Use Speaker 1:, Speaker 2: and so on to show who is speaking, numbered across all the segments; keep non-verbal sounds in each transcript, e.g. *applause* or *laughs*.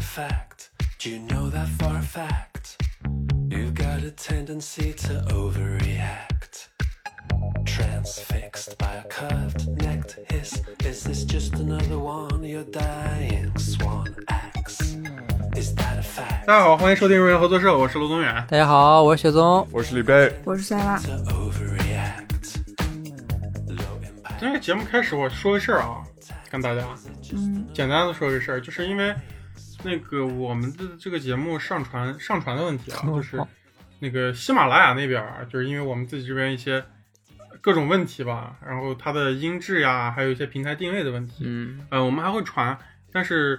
Speaker 1: fact. Do you know that for a fact? You've got a tendency to overreact. Transfixed by a curved necked hiss. Is this just another one? of Your dying swan acts. Is that a fact?
Speaker 2: 大家好，欢迎收听瑞文合作社，我是卢宗远。
Speaker 3: 大家好，我是雪宗。
Speaker 4: 我是李贝，
Speaker 5: 我是塞拉，
Speaker 1: To overreact. Low impact.
Speaker 2: 今天节目开始，我说个事儿啊，跟大家简单的说个事儿，就是因为那个我们的这个节目上传上传的问题啊，就是那个喜马拉雅那边儿，就是因为我们自己这边一些各种问题吧，然后它的音质呀，还有一些平台定位的问题，
Speaker 3: 嗯，
Speaker 2: 呃，我们还会传，但是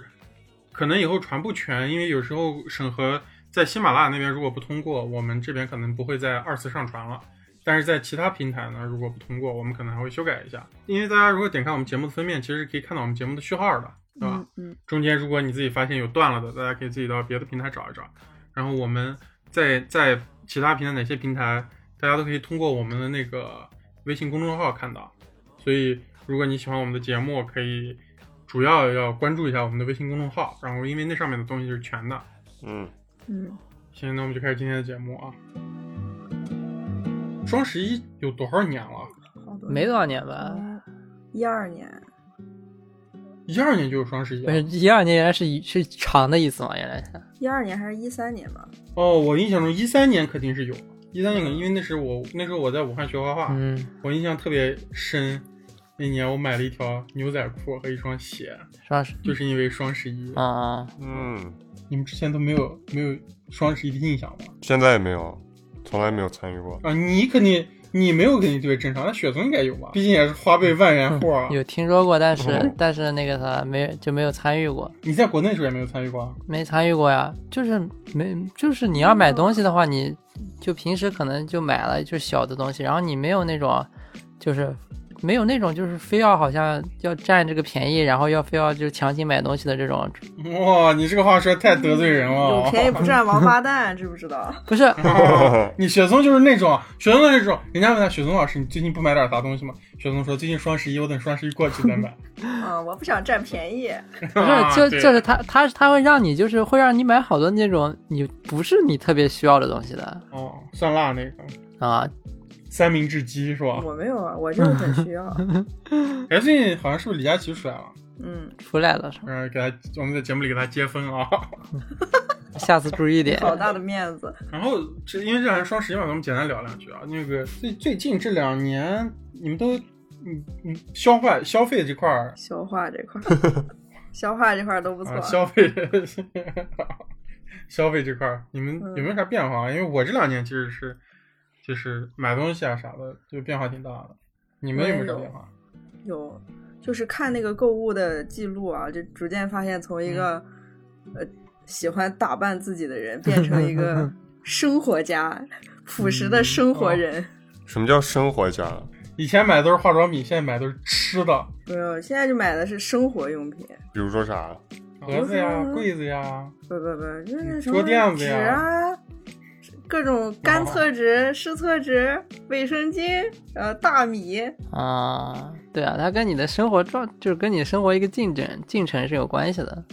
Speaker 2: 可能以后传不全，因为有时候审核在喜马拉雅那边如果不通过，我们这边可能不会再二次上传了。但是在其他平台呢，如果不通过，我们可能还会修改一下。因为大家如果点开我们节目的封面，其实是可以看到我们节目的序号的，对吧？
Speaker 5: 嗯嗯，
Speaker 2: 中间如果你自己发现有断了的，大家可以自己到别的平台找一找。然后我们在在其他平台哪些平台，大家都可以通过我们的那个微信公众号看到。所以如果你喜欢我们的节目，可以主要要关注一下我们的微信公众号，然后因为那上面的东西是全的。
Speaker 4: 嗯，
Speaker 5: 嗯，
Speaker 2: 行，那我们就开始今天的节目啊。双十一有多少年了？
Speaker 5: 好多
Speaker 3: 没多少年吧，
Speaker 5: 一二年，
Speaker 2: 一二年就有双十一
Speaker 3: 不
Speaker 2: 了
Speaker 3: 是一二年，原来是一是长的意思嘛？原来
Speaker 4: 啊
Speaker 3: 是
Speaker 5: 一二年还是一三年吧？
Speaker 2: 哦，我印象中一三年肯定是有，一三年可能因为那时候我那时候我在武汉学画画，
Speaker 3: 嗯，
Speaker 2: 我印象特别深，那年我买了一条牛仔裤和一双鞋，
Speaker 3: 双十
Speaker 2: 就是因为双十一。
Speaker 3: 啊，
Speaker 4: 嗯，
Speaker 2: 你们之前都没有没有双十一的印象吗？
Speaker 4: 现在也没有，从来没有参与过。
Speaker 2: 啊，你肯定你没有肯定特别正常，那雪总应该有吧？毕竟也是花呗万元户啊。
Speaker 3: 嗯有听说过，但是
Speaker 4: 嗯
Speaker 3: 但是那个啥没就没有参与过，
Speaker 2: 你在国内的时候也没有参与过啊？
Speaker 3: 没参与过呀。就是没就是你要买东西的话，你就平时可能就买了就是小的东西，然后你没有那种就是。没有那种就是非要好像要占这个便宜，然后要非要就强行买东西的这种，
Speaker 2: 哇，你这个话说太得罪人了
Speaker 5: 有
Speaker 2: 啊。
Speaker 5: 便宜不占王八蛋， *laughs* 知不知道？
Speaker 3: 不是
Speaker 2: *laughs* 你雪松就是那种雪松就是那种，人家问他雪松老师，你最近不买点啥东西吗？雪松说最近双十一，我等双十一过去再买。
Speaker 5: 嗯，我不想占便宜，
Speaker 3: *laughs* 不是，
Speaker 2: 啊
Speaker 3: 就就是他，他他会让你，就是会让你买好多那种你不是你特别需要的东西的
Speaker 2: 哦，酸辣那个
Speaker 3: 啊。
Speaker 2: 三明治鸡是吧？
Speaker 5: 我没有啊，我就是很需
Speaker 2: *laughs*
Speaker 5: 要。
Speaker 2: 哎，最近好像是不是李佳琦出来了？
Speaker 5: 嗯，
Speaker 3: 出来了是吧？
Speaker 2: 嗯，给他，我们在节目里给他接风啊。 *laughs*
Speaker 3: 下次注意点。
Speaker 5: 好大的面子，
Speaker 2: 然后这因为这还是双十一嘛，咱们简单聊两句啊。那个最最近这两年，你们都嗯嗯消费消费这块儿
Speaker 5: 消化这块，
Speaker 2: *laughs*
Speaker 5: 消化这块都不错
Speaker 2: 啊，。消费消费这块儿，你们
Speaker 5: 嗯
Speaker 2: 有没有啥变化啊？因为我这两年其实是就是买东西啊啥的，就变化挺大的。你们有没有啥变化？啊
Speaker 5: 有，就是看那个购物的记录啊，就逐渐发现从一个、
Speaker 3: 嗯
Speaker 5: 呃喜欢打扮自己的人，变成
Speaker 3: *laughs*
Speaker 5: 一个生活家，朴实的生
Speaker 2: 嗯哦
Speaker 5: 活人。
Speaker 4: *laughs* 什么叫生活家？
Speaker 2: 以前买的都是化妆品，现在买的都是吃的，
Speaker 5: 没有，现在就买的是生活用品，
Speaker 4: 比如说啥？
Speaker 2: 盒子呀、
Speaker 5: 嗯
Speaker 2: 柜子呀。
Speaker 5: 不不不，就是什
Speaker 2: 桌
Speaker 5: 么
Speaker 2: 垫子
Speaker 5: 纸
Speaker 2: 呀哦
Speaker 5: 啊，各种干厕纸、湿厕纸、卫生巾，呃，大米，
Speaker 3: 啊，对啊，它跟你的生活状，就是跟你生活一个进程进程是有关系的。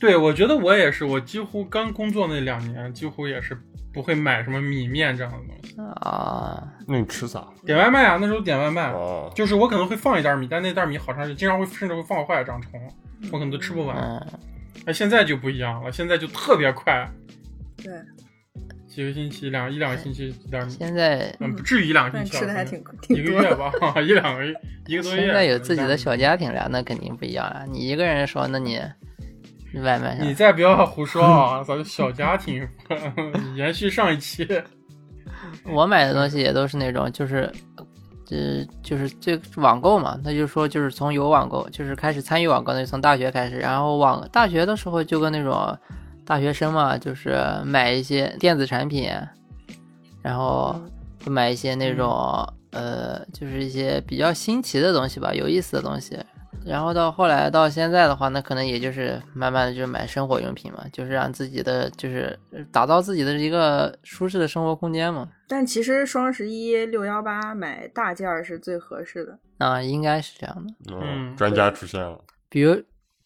Speaker 2: 对，我觉得我也是，我几乎刚工作那两年，几乎也是不会买什么米面这样的东西。
Speaker 3: 啊，
Speaker 4: 那你吃啥？
Speaker 2: 点外卖啊，那时候点外卖，
Speaker 4: 哦，
Speaker 2: 就是我可能会放一袋米，但那袋米好长时间，经常会甚至会放坏长虫，我可能都吃不完。
Speaker 3: 嗯，
Speaker 2: 那、现在就不一样了，现在就特别快，
Speaker 5: 对，
Speaker 2: 几个星期两一两个星期一袋米，
Speaker 3: 现在
Speaker 2: 嗯，不至于一两个
Speaker 5: 但
Speaker 2: 星期啊，
Speaker 5: 吃的还
Speaker 2: 可能
Speaker 5: 挺
Speaker 2: 一
Speaker 5: 挺
Speaker 2: 个
Speaker 5: 多
Speaker 2: 月
Speaker 5: 的。
Speaker 2: 吧，一两个月一个多月。
Speaker 3: 现在有自己的小
Speaker 2: 一袋
Speaker 3: 家庭了，那肯定不一样了。你一个人说，那你外卖
Speaker 2: 米。你
Speaker 3: 上
Speaker 2: 再不要胡说啊！咱们小家庭， *laughs* 延续上一期，
Speaker 3: 我买的东西也都是那种，就是，呃，就是最网购嘛，那就是说就是从有网购，就是开始参与网购，那就从大学开始，然后网大学的时候就跟那种大学生嘛，就是买一些电子产品，然后会买一些那种、呃，就是一些比较新奇的东西吧，有意思的东西。然后到后来到现在的话，那可能也就是慢慢的就是买生活用品嘛，就是让自己的就是打造自己的一个舒适的生活空间嘛。
Speaker 5: 但其实双十一、六幺八买大件儿是最合适的。
Speaker 3: 啊，应该是这样的。
Speaker 4: 嗯
Speaker 2: 嗯
Speaker 4: 专家出现了。
Speaker 3: 比如，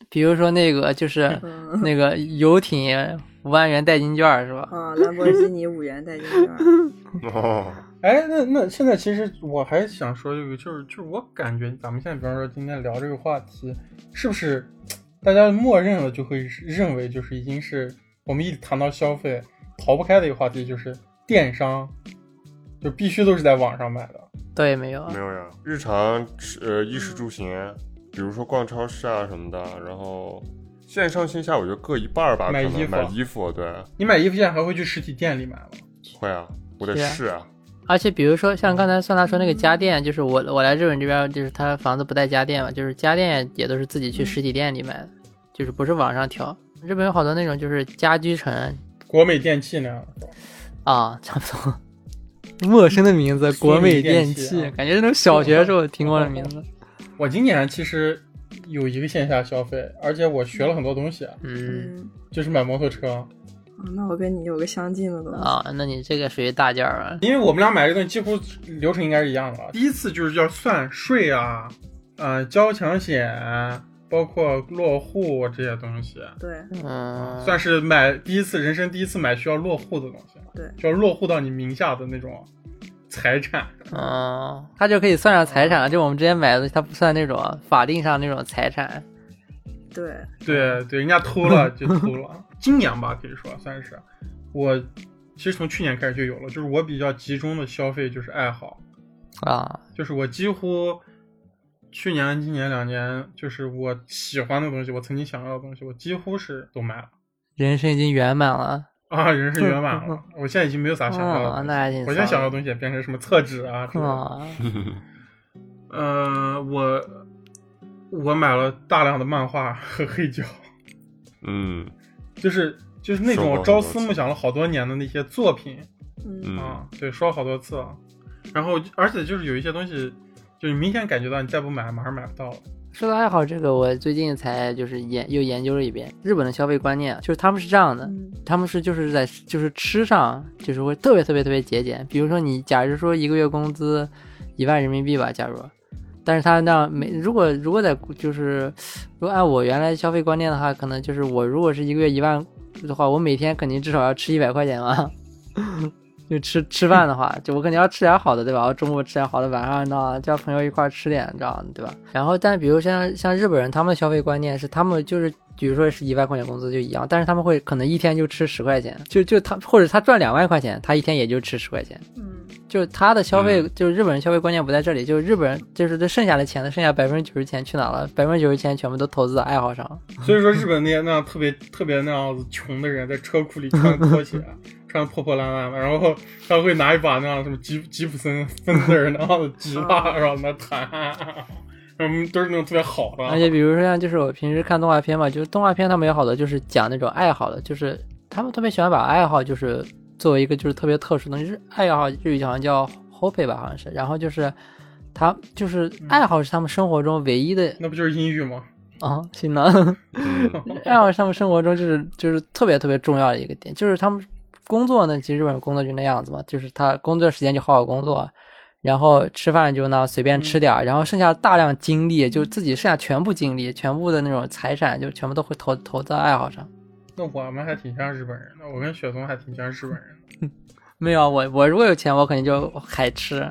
Speaker 3: 比如说那个就是
Speaker 5: 嗯
Speaker 3: 那个游艇五万元代金券儿是吧？
Speaker 5: 啊，兰博基尼五元代金
Speaker 2: *laughs*
Speaker 5: 券，
Speaker 4: 哦，
Speaker 2: 哎，那那现在其实我还想说一个，就是就是我感觉咱们现在，比方说今天聊这个话题，是不是大家默认了就会认为就是已经是我们一谈到消费逃不开的一个话题，就是电商，就必须都是在网上买的。
Speaker 3: 对，没有啊
Speaker 4: 没，有呀，日常吃呃衣食住行，比如说逛超市啊什么的，然后线上线下我觉得各一半儿吧，
Speaker 2: 买
Speaker 4: 可能
Speaker 2: 衣服
Speaker 4: 买衣服，对，
Speaker 2: 你买衣服现在还会去实体店里买吗？
Speaker 4: 会啊，我得
Speaker 3: 是啊
Speaker 4: 试啊，
Speaker 3: 而且比如说像刚才算他说那个家电，就是我我来日本这边，就是他房子不带家电嘛，就是家电也都是自己去实体店里买的，就是不是网上调。日本有好多那种就是家居城
Speaker 2: 国美电器那样的，
Speaker 3: 啊，差不多。 *laughs* 陌生的名字，
Speaker 2: 苏宁
Speaker 3: 国美
Speaker 2: 电
Speaker 3: 电
Speaker 2: 器
Speaker 3: 器
Speaker 2: 啊，
Speaker 3: 感觉那种小学时候听过的名字。
Speaker 2: 我今年其实有一个线下消费，而且我学了很多东西，啊
Speaker 3: 嗯
Speaker 5: 嗯，
Speaker 2: 就是买摩托车，
Speaker 5: 啊那我跟你有个相近的东西，
Speaker 3: 啊，那你这个属于大件儿啊。
Speaker 2: 因为我们俩买这东西几乎流程应该是一样的。第一次就是要算税啊，呃，交强险，包括落户这些东西，
Speaker 5: 对，
Speaker 3: 嗯，
Speaker 2: 算是买第一次人生第一次买需要落户的东西，
Speaker 5: 对
Speaker 2: 就要落户到你名下的那种财产。
Speaker 3: 嗯，它就可以算上财产了。就我们之前买的东西，它不算那种法定上那种财产。
Speaker 5: 对，
Speaker 2: 对对，人家偷了就偷了。今年吧，可以说算是我，其实从去年开始就有了，就是我比较集中的消费就是爱好，
Speaker 3: 啊，
Speaker 2: 就是我几乎去年、今年两年，就是我喜欢的东西，我曾经想要的东西，我几乎是都买了
Speaker 3: 人生已经圆满了。
Speaker 2: 啊，人生圆满了。我现在已经没有啥想要的东
Speaker 3: 嗯哦
Speaker 2: 西，
Speaker 3: 那还挺
Speaker 2: 我现在想
Speaker 3: 爽
Speaker 2: 要的东西也变成什么厕纸啊之类的。
Speaker 3: 啊，
Speaker 2: 呃，我我买了大量的漫画和黑胶。
Speaker 4: 嗯
Speaker 2: 就是就是那
Speaker 4: 收
Speaker 2: 种
Speaker 4: 获
Speaker 2: 我
Speaker 4: 很
Speaker 2: 朝
Speaker 4: 多
Speaker 2: 思
Speaker 4: 次
Speaker 2: 暮想了好多年的那些作品
Speaker 5: 嗯，
Speaker 4: 嗯
Speaker 2: 啊，对，说了好多次了。然后而且就是有一些东西，就是你明显感觉到你再不买马上买不到了。
Speaker 3: 说到爱好这个，我最近才就是研又研究了一遍日本的消费观念，啊就是他们是这样的，
Speaker 5: 嗯
Speaker 3: 他们是就是在就是吃上就是会特别特别特别节俭，比如说你假如说一个月工资一万人民币吧，假如，但是他那样每如果如果在就是如果按我原来消费观念的话，可能就是我如果是一个月一万的话，我每天肯定至少要吃一百块钱嘛。就吃吃饭的话，就我肯定要吃点好的，对吧？我中午吃点好的，晚上呢叫朋友一块儿吃点，这样对吧？然后，但比如像像日本人，他们的消费观念是，他们就是比如说是一万块钱工资就一样，但是他们会可能一天就吃十块钱，就就他或者他赚两万块钱，他一天也就吃十块钱，
Speaker 5: 嗯，
Speaker 3: 就是他的消费，就是日本人消费观念不在这里，就是日本人就是这剩下的钱呢，剩下百分之九十钱去哪了？百分之九十钱全部都投资到爱好上了。
Speaker 2: 所以说日本那些那样特别特别那样子穷的人，在车库里穿拖鞋， *laughs* 穿破破烂烂的，然后他会拿一把那样什么吉吉普森 *laughs* 芬德尔那样的吉
Speaker 3: 啊
Speaker 2: 他，然后在那弹， *laughs* 嗯，都是那种特别好的。
Speaker 3: 而且比如说像就是我平时看动画片嘛，就是动画片他们有好多就是讲那种爱好的，就是他们特别喜欢把爱好就是作为一个就是特别特殊的，就是爱好日语好像叫 hobby 吧，好像是，然后就是他就是爱好是他们生活中唯一的
Speaker 2: 那不就是英语吗？
Speaker 3: 啊、行了，
Speaker 4: 嗯，
Speaker 3: 爱好是他们生活中就是就是特别特别重要的一个点，就是他们工作呢，其实日本工作就那样子嘛，就是他工作时间就好好工作。然后吃饭就呢随便吃点儿，然后剩下大量精力，就自己剩下全部精力，全部的那种财产，就全部都会投投在爱好上。
Speaker 2: 那我们还挺像日本人的，我跟雪松还挺像日本人的。
Speaker 3: 没有我，我如果有钱，我肯定就海吃，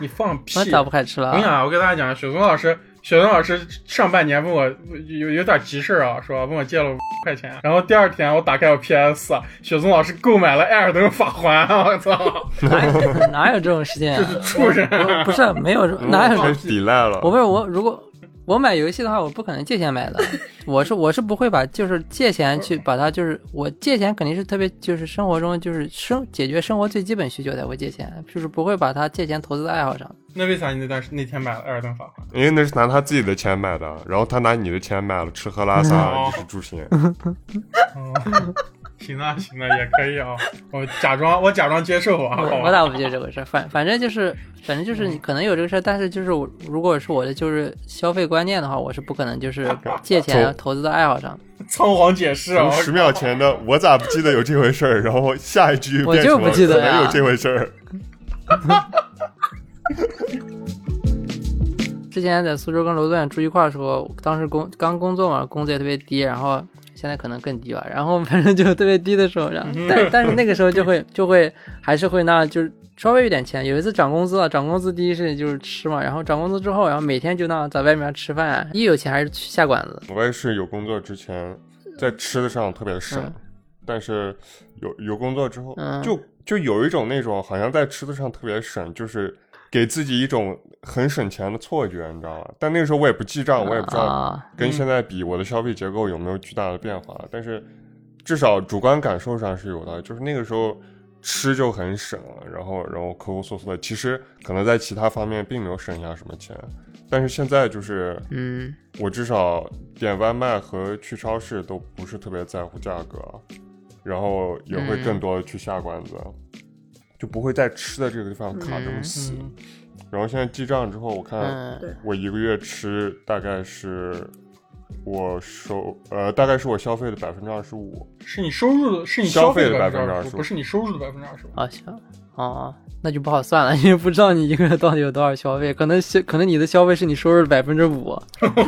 Speaker 2: 你放屁！
Speaker 3: 那咋不海吃了
Speaker 2: 我跟你讲
Speaker 3: 啊？
Speaker 2: 啊，我给大家讲啊，雪松老师，雪松老师上半年问我有有点急事儿啊，说问我借了五块钱，然后第二天我打开我 PS，雪松老师购买了《艾尔登法环》， *laughs* 我操！
Speaker 3: 哪有哪有这种事情、啊？ *laughs*
Speaker 2: 畜生！
Speaker 3: 不不是没有，哪有这种
Speaker 4: 真抵赖了，
Speaker 3: 我不是我，如果我买游戏的话，我不可能借钱买的。我是我是不会把就是借钱去把它就是我借钱肯定是特别就是生活中就是生解决生活最基本需求才会借钱，就是不会把它借钱投资在爱好上。
Speaker 2: 那为啥你那段时那天买了《艾尔登法环》？
Speaker 4: 因为那是拿他自己的钱买的，然后他拿你的钱买了吃喝拉撒
Speaker 2: 哦
Speaker 4: 衣食住行，
Speaker 2: 哦， *laughs* 行啊行啊，也可以啊，我假装我假装接受啊，好
Speaker 3: 我我
Speaker 2: 吧？
Speaker 3: 咋不接这回事？反反正就是反正就是你可能有这个事儿，但是就是我如果是我的就是消费观念的话，我是不可能就是借钱
Speaker 4: 从
Speaker 3: 投资到爱好上。
Speaker 2: 仓皇解释啊
Speaker 4: 从！十秒前的我咋不记得有这回事儿，然后下一句
Speaker 3: 我
Speaker 4: 变
Speaker 3: 就
Speaker 4: 成
Speaker 3: 不
Speaker 4: 了
Speaker 3: 记得
Speaker 4: 可能
Speaker 3: 呀
Speaker 4: 有这回事儿。
Speaker 3: 之前在苏州跟罗段住一块儿的时候，当时工刚工作嘛，工资也特别低，然后现在可能更低吧，然后反正就特别低的时候，然后但 *laughs* 但是那个时候就会就会还是会那就是稍微有点钱。有一次涨工资了，涨工资第一事情就是吃嘛，然后涨工资之后，然后每天就那在外面吃饭，一有钱还是去下馆子。
Speaker 4: 我也是有工作之前，在吃的上特别省，
Speaker 3: 嗯
Speaker 4: 但是有有工作之后，
Speaker 3: 嗯
Speaker 4: 就就有一种那种好像在吃的上特别省，就是给自己一种很省钱的错觉，你知道吗？但那个时候我也不记账，我也不知道
Speaker 3: 啊
Speaker 4: 跟现在比我的消费结构有没有巨大的变化，但是至少主观感受上是有的，就是那个时候。吃就很省，然后然后抠抠搜搜的，其实可能在其他方面并没有省下什么钱，但是现在就是
Speaker 3: 嗯，
Speaker 4: 我至少点外卖和去超市都不是特别在乎价格，啊然后也会更多的去下馆子，啊就不会在吃的这个地方卡这么死。
Speaker 2: 嗯
Speaker 4: 然后现在记账之后，我看
Speaker 3: 嗯
Speaker 4: 我一个月吃大概是我收呃大概是我消费的百分之二十五，
Speaker 2: 是你收入的，是你
Speaker 4: 消
Speaker 2: 费
Speaker 4: 费的
Speaker 2: 百分之
Speaker 4: 25%
Speaker 2: 十，不是你收入的百分之二十。
Speaker 3: 啊行，哦，那就不好算了，因为不知道你一个月到底有多少消费，可能消可能你的消费是你收入的百分之五，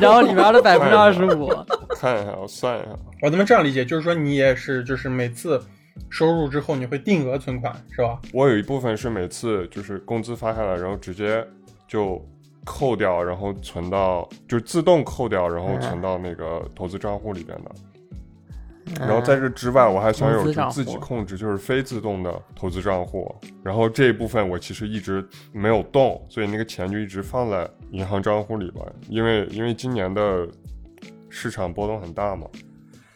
Speaker 3: 然后里面的百分之二十五，
Speaker 4: 我看一下，我算一下，
Speaker 2: 我能不能这样理解？就是说你也是，就是每次收入之后你会定额存款，是吧？
Speaker 4: 我有一部分是每次就是工资发下来，然后直接就扣掉，然后存到就自动扣掉，然后存到那个投资账户里边的。然后在这之外，我还想
Speaker 3: 嗯投
Speaker 4: 有
Speaker 3: 资
Speaker 4: 就
Speaker 3: 账户
Speaker 4: 自己控制，就是非自动的投资账户。然后这一部分我其实一直没有动，所以那个钱就一直放在银行账户里边。因为因为今年的市场波动很大嘛，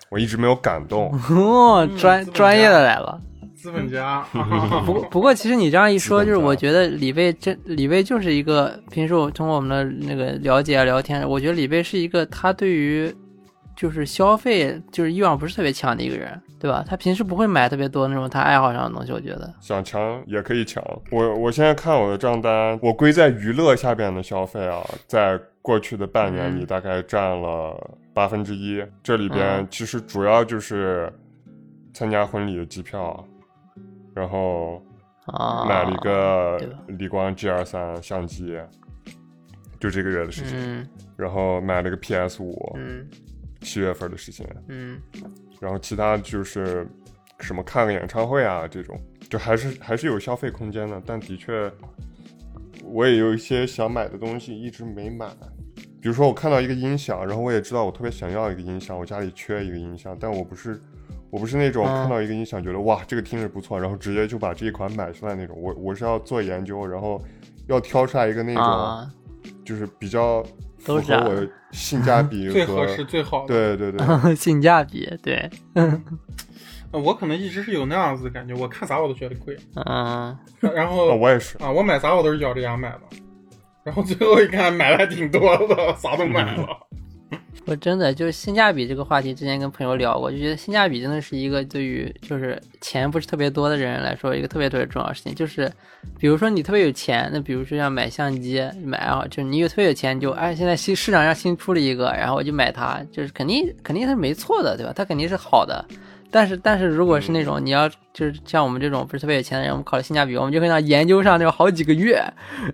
Speaker 4: 我一直没有敢动。
Speaker 3: 哦，
Speaker 4: 嗯
Speaker 3: 专
Speaker 2: 资本家
Speaker 3: 专业的来了。
Speaker 2: 资本
Speaker 4: *laughs*
Speaker 2: 家，啊
Speaker 3: 不过，不过，其实你这样一说，
Speaker 4: 资本
Speaker 3: 就是我
Speaker 4: 家
Speaker 3: 觉得李贝真李贝就是一个，平时我通过我们的那个了解啊、聊天，我觉得李贝是一个他对于就是消费就是欲望不是特别强的一个人，对吧？他平时不会买特别多那种他爱好上的东西，我觉得。
Speaker 4: 想强也可以强。我我现在看我的账单，我归在娱乐下边的消费啊，在过去的半年里
Speaker 3: 嗯
Speaker 4: 大概占了八分之一。这里边
Speaker 3: 嗯
Speaker 4: 其实主要就是参加婚礼的机票，然后
Speaker 3: 啊，
Speaker 4: 买了一个
Speaker 3: 对吧
Speaker 4: 理光 G 二三相机，就这个月的事情。
Speaker 3: 嗯
Speaker 4: 然后买了个 PS 五，
Speaker 3: 嗯
Speaker 4: 七月份的事情。
Speaker 3: 嗯
Speaker 4: 然后其他就是什么看个演唱会啊这种，就还是还是有消费空间的，但的确我也有一些想买的东西一直没买。比如说我看到一个音响，然后我也知道我特别想要一个音响，我家里缺一个音响，但我不是我不是那种
Speaker 3: 嗯
Speaker 4: 看到一个音响觉得、哇这个听着不错，然后直接就把这一款买下来那种。我我是要做研究，然后要挑出来一个那种、
Speaker 3: 啊，
Speaker 4: 就是比较符
Speaker 3: 都是啊
Speaker 4: 合
Speaker 3: 这样
Speaker 4: 我性价
Speaker 2: *laughs*
Speaker 4: 比
Speaker 2: 最
Speaker 4: 和
Speaker 2: 合适最好的。
Speaker 4: 对对对，
Speaker 3: 啊 *laughs* 性价比对，
Speaker 2: 呃我可能一直是有那样子的感觉，我看啥我都觉得贵，
Speaker 3: 嗯，
Speaker 2: 然
Speaker 4: 啊
Speaker 2: 后
Speaker 4: 我也是。
Speaker 2: 啊，我买啥我都是咬着牙买的，然后最后一看买的还挺多的，啥都买
Speaker 4: *laughs*
Speaker 2: 了。
Speaker 3: 我真的就是性价比这个话题，之前跟朋友聊过，就觉得性价比真的是一个对于就是钱不是特别多的人来说，一个特别特别重要的事情。就是比如说你特别有钱，那比如说像买相机、买啊，就是你有特别有钱，你就哎现在新市场上新出了一个，然后我就买它，就是肯定肯定它是没错的，对吧？它肯定是好的。但是但是如果是那种你要就是像我们这种不是特别有钱的人，我们考虑性价比，我们就会让研究上那种好几个月，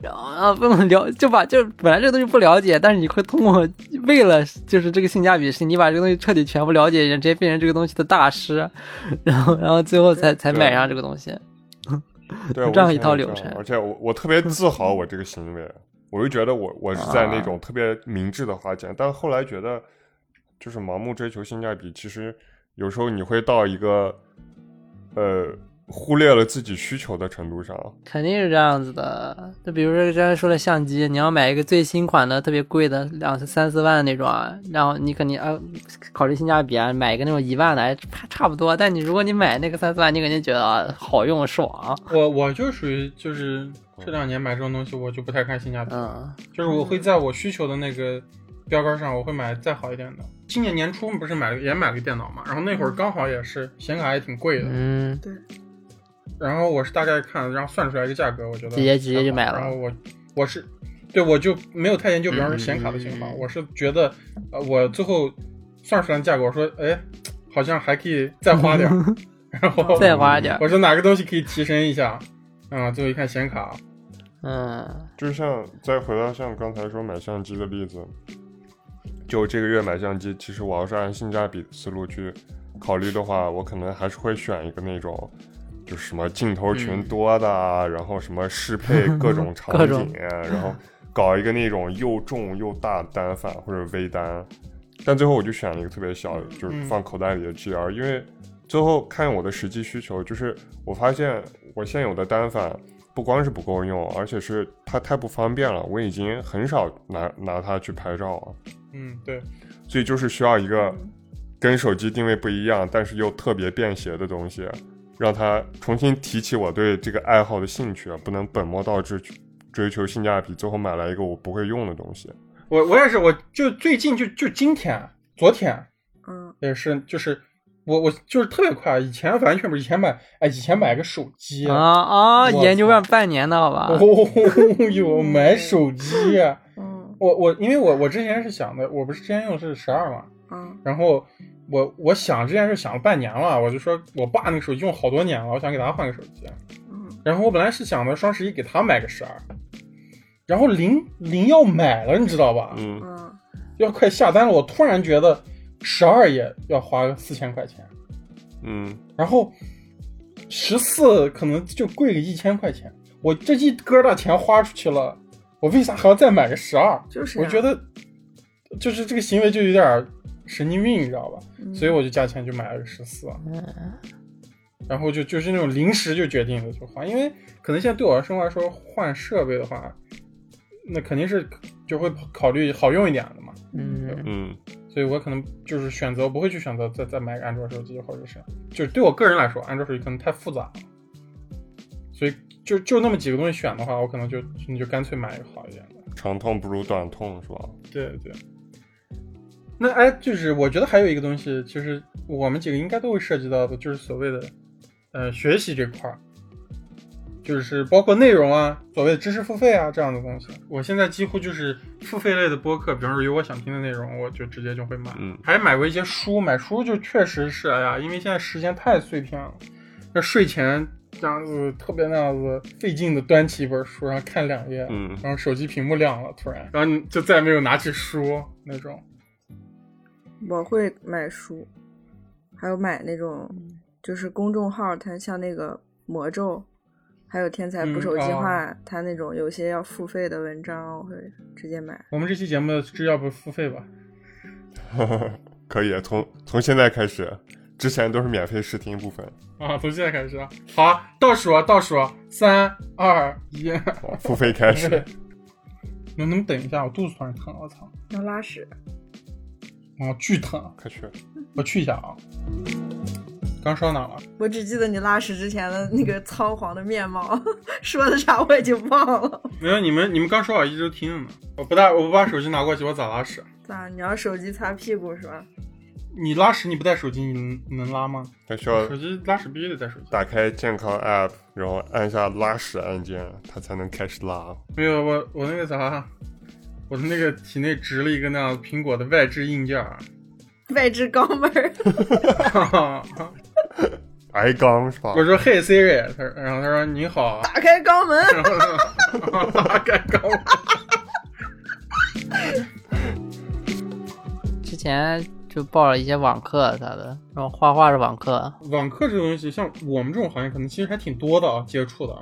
Speaker 3: 然后啊不能了就把就本来这个东西不了解，但是你会通过为了就是这个性价比的事情，你把这个东西彻底全部了解，人直接变成这个东西的大师，然后然后最后才才买上这个东西。
Speaker 4: 对，我
Speaker 3: 这样
Speaker 4: 以
Speaker 3: 一
Speaker 4: 前
Speaker 3: 套
Speaker 4: 也
Speaker 3: 流
Speaker 4: 这样
Speaker 3: 程
Speaker 4: 而且我我特别自豪我这个行为，我就觉得我我是在那
Speaker 3: 啊
Speaker 4: 种特别明智的花钱，但后来觉得就是盲目追求性价比，其实有时候你会到一个呃忽略了自己需求的程度上。
Speaker 3: 肯定是这样子的。就比如说刚才说的相机，你要买一个最新款的、特别贵的，两三四万那种啊，然后你肯定啊考虑性价比啊，买一个那种一万的还差差不多。但你如果你买那个三四万，你肯定觉得啊好用爽，
Speaker 2: 我我就属于就是这两年买这种东西，我就不太看性价比，
Speaker 3: 嗯
Speaker 2: 就是我会在我需求的那个标杆上，我会买再好一点的。今年年初不是买了也买了个电脑嘛，然后那会儿刚好也是显卡也挺贵的，
Speaker 3: 嗯
Speaker 2: 然后我是大概看，然后算出来一个价格，我觉得
Speaker 3: 直接直接就买了
Speaker 2: 然后我我是对我就没有太研究，比方说显卡的情况，
Speaker 3: 嗯
Speaker 2: 我是觉得呃，我最后算出来价格，我说哎，好像还可以再花点
Speaker 3: *laughs*
Speaker 2: 儿，然后
Speaker 3: 再花点儿
Speaker 2: 我说哪个东西可以提升一下，啊、最后一看显卡，
Speaker 3: 嗯
Speaker 4: 就是像再回到像刚才说买相机的例子，就这个月买相机，其实我要是按性价比的思路去考虑的话，我可能还是会选一个那种，就是什么镜头群多的啊，然后什么适配各种场
Speaker 3: 各种
Speaker 4: 景啊，然后搞一个那种又重又大的单反或者微单，但最后我就选了一个特别小，
Speaker 3: 嗯
Speaker 4: 就是放口袋里的 GR，、因为最后看我的实际需求，就是我发现我现有的单反不光是不够用，而且是它太不方便了，我已经很少拿拿它去拍照了，
Speaker 2: 嗯，对，
Speaker 4: 所以就是需要一个跟手机定位不一样，但是又特别便携的东西，让它重新提起我对这个爱好的兴趣，啊不能本末倒置去追求性价比，最后买来一个我不会用的东西。
Speaker 2: 我我也是，我就最近就就今天昨天
Speaker 5: 嗯
Speaker 2: 也是，就是我我就是特别快，啊以前完全不是，以前买哎以前买个手机
Speaker 3: 啊，啊，
Speaker 2: 我操
Speaker 3: 研究半半年呢，好吧？
Speaker 2: 哦哟买手机，
Speaker 5: 嗯
Speaker 2: 我我因为我我之前是想的，我不是之前用的是十二嘛，
Speaker 5: 嗯
Speaker 2: 然后我我想这件事想了半年了，我就说我爸那个手机用好多年了，我想给他换个手机。
Speaker 5: 嗯，
Speaker 2: 然后我本来是想的双十一给他买个十二，然后临临要买了，你知道吧？
Speaker 4: 嗯，
Speaker 5: 嗯，
Speaker 2: 要快下单了，我突然觉得十二也要花四千块钱，
Speaker 4: 嗯，
Speaker 2: 然后十四可能就贵个一千块钱，我这一疙瘩钱花出去了，我为啥还要再买个十二？
Speaker 5: 就是啊
Speaker 2: 我
Speaker 5: 呀
Speaker 2: 觉得就是这个行为就有点儿神经病，你知道吧？
Speaker 5: 嗯
Speaker 2: 所以我就加钱就买了个十四，啊
Speaker 3: 嗯
Speaker 2: 然后就就是那种临时就决定的就换，因为可能现在对我的生活来说换设备的话，那肯定是就会考虑好用一点的嘛，
Speaker 3: 嗯
Speaker 4: 嗯，
Speaker 2: 所以我可能就是选择不会去选择再再买个安卓手机，或者是就是对我个人来说，安卓手机可能太复杂了，所以就就那么几个东西选的话，我可能就你就干脆买一个好一点的。
Speaker 4: 长痛不如短痛是吧？
Speaker 2: 对对。那哎，就是我觉得还有一个东西，就是我们几个应该都会涉及到的，就是所谓的呃学习这块儿，就是包括内容啊，所谓的知识付费啊这样的东西。我现在几乎就是付费类的播客，比方说有我想听的内容，我就直接就会买，
Speaker 4: 嗯
Speaker 2: 还买过一些书，买书就确实是哎呀，因为现在时间太碎片了，那睡前这样子特别那样子费劲的端起一本书，然后看两页，
Speaker 4: 嗯
Speaker 2: 然后手机屏幕亮了，突然，然后你就再也没有拿起书那种。
Speaker 5: 我会买书，还有买那种就是公众号，它像那个魔咒，还有天才捕手计划，它那种有些要付费的文章，我会直接买。
Speaker 2: 我们这期节目是要不付费吧？
Speaker 4: *laughs* 可以，从从现在开始，之前都是免费试听部分，
Speaker 2: 啊，从现在开始啊！好啊，倒数啊，倒数啊，三二一， *laughs*
Speaker 4: 啊付费开始。
Speaker 2: 能能等一下？我肚子突然疼了，我操！
Speaker 5: 要拉屎，
Speaker 2: 啊，巨疼！
Speaker 4: 快去，
Speaker 2: 我去一下啊。刚说到哪了？
Speaker 5: 我只记得你拉屎之前的那个仓皇的面貌， *laughs* 说的啥我已经忘了。
Speaker 2: 没有，你们你们刚说好一直都听着呢。我不带，我不把手机拿过去，我咋拉屎？
Speaker 5: 咋？你要手机擦屁股是吧？
Speaker 2: 你拉屎你不带手机，你能你能拉吗？
Speaker 4: 它需要
Speaker 2: 手机拉屎必须得带手机。
Speaker 4: 打开健康 App，然后按下拉屎按键，它才能开始拉。
Speaker 2: 没有，我我那个啥，我的那个体内植了一个那样苹果的外置硬件儿。 *laughs*
Speaker 5: 外置肛门儿， *laughs*
Speaker 2: 哈哈，
Speaker 4: 挨刚是吧？
Speaker 2: 我说嘿 Siri，他然后他说你好，啊
Speaker 5: 打开肛门。
Speaker 2: *laughs* 然后我说大概高。
Speaker 3: 之前就报了一些网课啥的，然后画画是网课，
Speaker 2: 网课这个东西，像我们这种行业，可能其实还挺多的啊，接触的啊。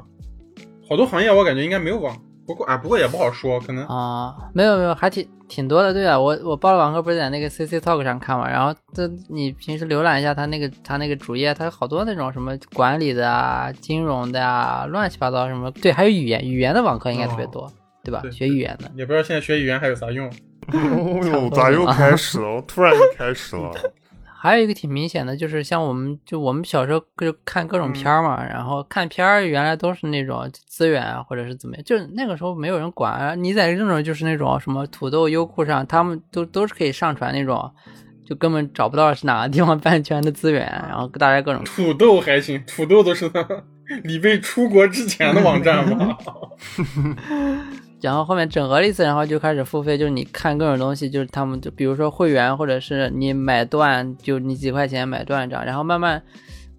Speaker 2: 好多行业我感觉应该没有网，不过啊，不过也不好说，可能
Speaker 3: 啊，没有没有，还挺挺多的。对啊，我我报了网课不是在那个 CC Talk 上看嘛，然后这你平时浏览一下它那个它那个主页，它有好多那种什么管理的啊、金融的啊、乱七八糟什么，对，还有语言，语言的网课应该特别多，对吧？
Speaker 2: 对
Speaker 3: 学语言的，
Speaker 2: 也不知道现在学语言还有啥用。
Speaker 4: *laughs* 我咋哎又开始了？我突然就开始了。
Speaker 3: 还有一个挺明显的就是像我们就我们小时候就看各种片儿嘛，然后看片儿原来都是那种资源啊，或者是怎么样，就是那个时候没有人管，你在这种就是那种什么土豆、优酷上，他们都都是可以上传那种，就根本找不到是哪个地方 *laughs* 版权的资源，然后大家各种
Speaker 2: 土豆还行，土豆都是他李贝出国之前的网站吧。
Speaker 3: 然后后面整合了一次，然后就开始付费，就是你看各种东西，就是他们就比如说会员，或者是你买断，就你几块钱买断这样，然后慢慢。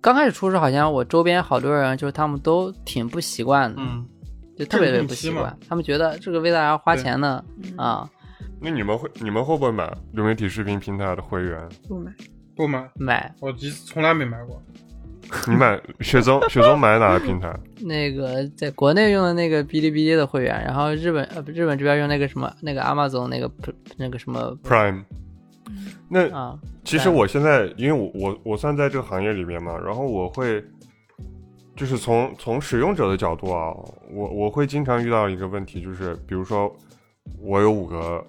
Speaker 3: 刚开始出时，好像我周边好多人就是他们都挺不习惯的，
Speaker 2: 嗯，
Speaker 3: 就特别
Speaker 2: 这个
Speaker 3: 特别
Speaker 2: 定
Speaker 3: 不
Speaker 2: 期
Speaker 3: 习
Speaker 2: 嘛 *laughs*
Speaker 3: 惯。他们觉得这个为啥要花
Speaker 2: 对
Speaker 3: 钱呢？啊，
Speaker 4: 那你们会你们会不会买流媒体视频平台的会员？
Speaker 5: 不买，
Speaker 2: 不买，
Speaker 3: 买
Speaker 2: 我一从来没买过。
Speaker 4: 你买雪 *laughs* 宗雪宗买哪个平台？
Speaker 3: 那个在国内用的那个哔哩哔哩的会员，然后日本呃不日本这边用那个什么那个 Amazon 那个 pr- 那个什么
Speaker 4: Prime。那
Speaker 3: 啊，
Speaker 4: 其实我现在，因为我我我算在这个行业里面嘛，然后我会，就是从从使用者的角度啊，我我会经常遇到一个问题，就是比如说我有五个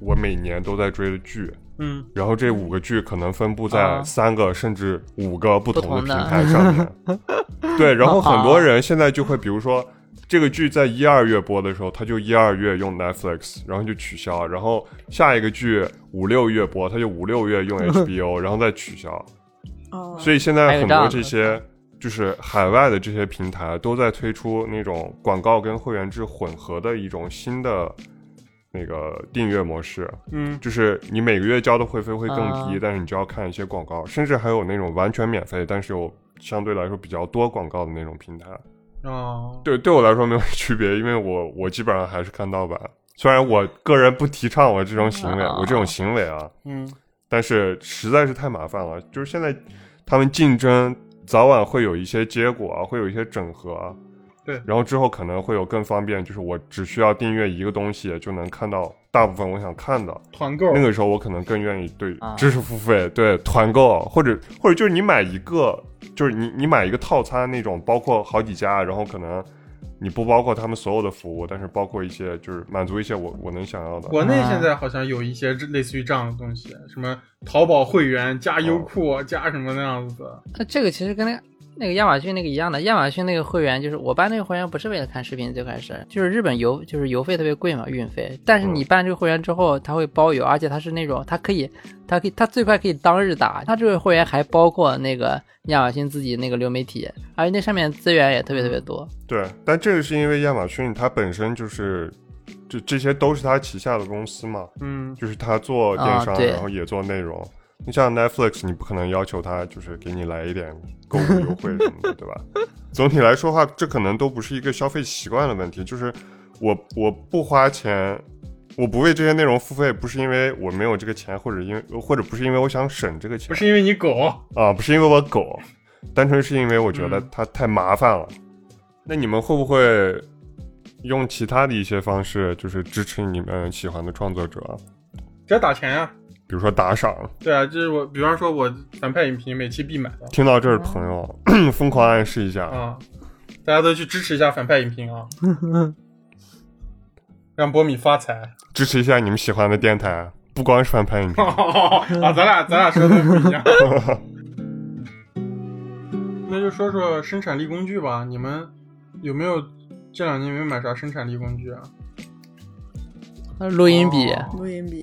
Speaker 4: 我每年都在追的剧，
Speaker 2: 嗯，
Speaker 4: 然后这五个剧可能分布在
Speaker 3: 啊
Speaker 4: 三个甚至五个不同的
Speaker 3: 不同
Speaker 4: 平
Speaker 3: 的
Speaker 4: 台上面。
Speaker 3: *laughs*
Speaker 4: 对，然后很多人现在就会，比如说这个剧在一二月播的时候，他就一二月用 Netflix，然后就取消；然后下一个剧五六月播，他就五六月
Speaker 3: *laughs*
Speaker 4: 用 HBO，然后再取消。
Speaker 5: 哦，
Speaker 4: 所
Speaker 5: 以
Speaker 4: 以现在很
Speaker 3: 还有这
Speaker 4: 多这
Speaker 3: 样的
Speaker 4: 些就是海外的这些平台都在推出那种广告跟会员制混合的一种新的那个订阅模式。
Speaker 2: 嗯，
Speaker 4: 就是你每个月交的会费会更低，
Speaker 3: 啊
Speaker 4: 但是你就要看一些广告，甚至还有那种完全免费，但是有相对来说比较多广告的那种平台。
Speaker 2: 哦，
Speaker 4: 对，对我来说没有区别，因为我我基本上还是看盗版，虽然我个人不提倡我这种行为，
Speaker 3: 啊
Speaker 4: 我这种行为啊，
Speaker 2: 嗯，
Speaker 4: 但是实在是太麻烦了。就是现在他们竞争，早晚会有一些结果啊，会有一些整合啊。
Speaker 2: 对
Speaker 4: 然后之后可能会有更方便，就是我只需要订阅一个东西就能看到大部分我想看的。
Speaker 2: 团购
Speaker 4: 那个时候我可能更愿意对
Speaker 3: 啊
Speaker 4: 知识付费，对团购，或者或者就是你买一个，就是你你买一个套餐那种，包括好几家，然后可能你不包括他们所有的服务，但是包括一些就是满足一些我我能想要的。
Speaker 2: 国内现在好像有一些这类似于这样的东西，什么淘宝会员加优酷啊
Speaker 4: 哦
Speaker 2: 加什么那样子的。
Speaker 3: 那呃这个其实跟那个那个亚马逊那个一样的，亚马逊那个会员就是我办那个会员不是为了看视频，最开始就是日本邮就是邮费特别贵嘛，运费。但
Speaker 2: 嗯
Speaker 3: 是你办这个会员之后，它会包邮，而且它是那种它可以它可以它最快可以当日打，它这个会员还包括那个亚马逊自己那个流媒体，而且那上面资源也特别特
Speaker 2: 嗯
Speaker 3: 别多。
Speaker 4: 对，但这个是因为亚马逊它本身就是，这这些都是它旗下的公司嘛，
Speaker 2: 嗯，
Speaker 4: 就是它做电商，
Speaker 3: 啊对
Speaker 4: 然后也做内容。你像 Netflix，你不可能要求它就是给你来一点购物优惠什么
Speaker 3: *laughs*
Speaker 4: 的，对吧？总体来说的话，这可能都不是一个消费习惯的问题，就是我我不花钱，我不为这些内容付费，不是因为我没有这个钱，或者因为或者不是因为我想省这个钱，
Speaker 2: 不是因为你狗，
Speaker 4: 啊，不是因为我狗，单纯是因为我觉得
Speaker 2: 嗯
Speaker 4: 它太麻烦了。那你们会不会用其他的一些方式，就是支持你们喜欢的创作者，啊
Speaker 2: 只要打钱呀、啊
Speaker 4: 比如说打赏？
Speaker 2: 对啊，就是我，比方说我反派影评每期必买的
Speaker 4: 听到这儿，朋友、 *clears throat* 疯狂暗示一下，
Speaker 2: 啊，大家都去支持一下反派影评
Speaker 4: *laughs*
Speaker 2: 啊，让波米发财。
Speaker 4: 支持一下你们喜欢的电台，不光是翻拍影评。
Speaker 2: *laughs* 啊，咱俩咱俩说的不一样。 *laughs* 那就说说生产力工具吧，你们有没有这两年有没有买啥生产力工具啊？
Speaker 3: 录音笔、
Speaker 2: 哦
Speaker 5: 录音 *laughs* 笔、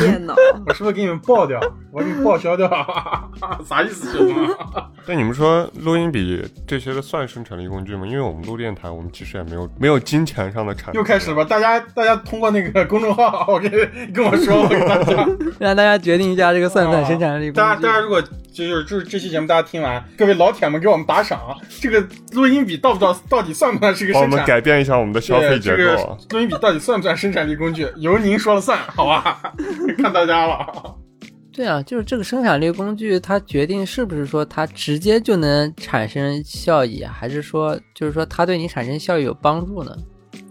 Speaker 5: 电脑，
Speaker 2: 我是不是给你们报掉？我给你报销掉？ *laughs* 啥意思？熊啊？
Speaker 4: 但你们说录音笔这些的算生产力工具吗？因为我们录电台，我们其实也没有没有金钱上的产
Speaker 2: *laughs*
Speaker 4: 出。
Speaker 2: 又开始吧，大家大家通过那个公众号，我跟跟我说，我给大
Speaker 4: *laughs*
Speaker 2: 家。
Speaker 3: 让大家决定一下这个算不
Speaker 2: 啊
Speaker 3: 算生产力工具。
Speaker 2: 大家大家如果就是就是这期节目大家听完，各位老铁们给我们打赏，啊这个录音笔到不到到底算不算是一个
Speaker 4: 帮我
Speaker 2: 生
Speaker 4: 们
Speaker 2: 产？
Speaker 4: 改变一下我们的消
Speaker 2: 对
Speaker 4: 费结
Speaker 2: 这
Speaker 4: 构
Speaker 2: 个
Speaker 4: 啊。
Speaker 2: 录音笔到底算不算生产力工具？由您说了算， *laughs* 好吧？看大家了。
Speaker 3: 对啊，就是这个生产力工具，它决定是不是说它直接就能产生效益，啊还是说就是说它对你产生效益有帮助呢？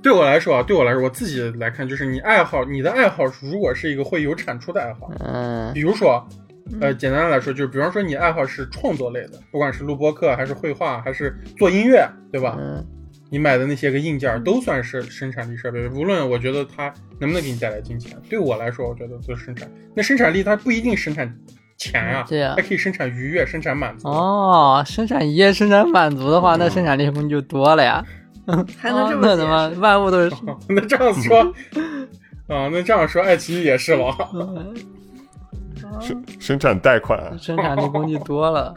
Speaker 2: 对我来说啊，对我来说，我自己来看，就是你爱好，你的爱好如果是一个会有产出的爱好，
Speaker 3: 嗯
Speaker 2: 比如说，呃，简单的来说，就是比方说你爱好是创作类的，不管是录播课还是绘画还是做音乐，对吧？
Speaker 3: 嗯，
Speaker 2: 你买的那些个硬件儿都算是生产力设备，无论我觉得它能不能给你带来金钱，对我来说，我觉得都是生产。那生产力它不一定生产钱啊，
Speaker 3: 对啊
Speaker 2: 还可以生产愉悦、生产满足。
Speaker 3: 哦，生产一夜生产满足的话，那生产力工具就多了呀。
Speaker 5: 还能这
Speaker 3: 哦
Speaker 5: 么
Speaker 3: 那
Speaker 5: 解
Speaker 3: 怎
Speaker 5: 释
Speaker 3: 么万物
Speaker 5: *laughs*
Speaker 3: 都是？
Speaker 2: *laughs* 那这样说，啊，那这样说，爱奇艺也是了。
Speaker 4: 生生产贷款啊，
Speaker 3: 生产力工具多了，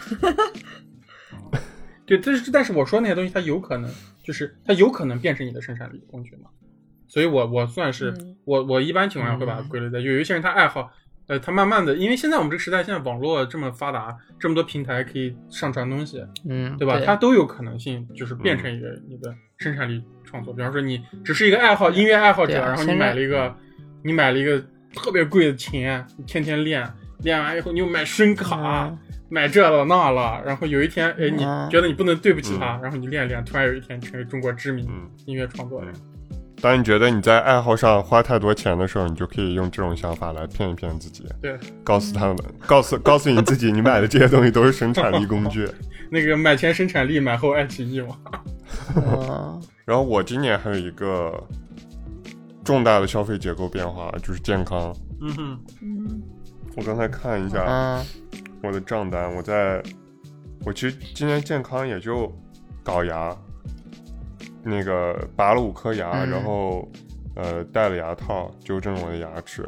Speaker 2: *laughs* 对，但是但是我说那些东西，它有可能就是它有可能变成你的生产力工具嘛。所以我我算是、
Speaker 5: 嗯
Speaker 2: 我我一般情况下会把它归类在，就有一些人他爱好呃，它慢慢的，因为现在我们这个时代，现在网络这么发达，这么多平台可以上传东西，
Speaker 3: 嗯，
Speaker 2: 对吧？它都有可能性，就是变成一个你的生产力创作。比方说，你只是一个爱好音乐爱好者，
Speaker 3: 对啊
Speaker 2: 然后你
Speaker 3: 现在
Speaker 2: 买了一个，你买了一个特别贵的琴，啊你天天练，练完以后你又买声卡，
Speaker 3: 嗯
Speaker 2: 买这了那了，然后有一天，哎，你
Speaker 3: 嗯
Speaker 2: 觉得你不能对不起他，然后你练一练，突然有一天成为中国知名
Speaker 4: 嗯
Speaker 2: 音乐创作人。
Speaker 4: 当你觉得你在爱好上花太多钱的时候，你就可以用这种想法来骗一骗自己，
Speaker 2: 对，
Speaker 4: 告诉他们，告诉告诉你自己，你买的这些东西都是生产力工具。
Speaker 2: 那个买前生产力，买后爱奇艺嘛。
Speaker 3: 嗯
Speaker 4: 然后我今年还有一个重大的消费结构变化，就是健康。
Speaker 2: 嗯哼，
Speaker 5: 嗯，
Speaker 4: 我刚才看一下
Speaker 3: 嗯
Speaker 4: 我的账单，我在我其实今年健康也就搞牙，那个拔了五颗牙，
Speaker 3: 嗯
Speaker 4: 然后呃戴了牙套，纠正我的牙齿，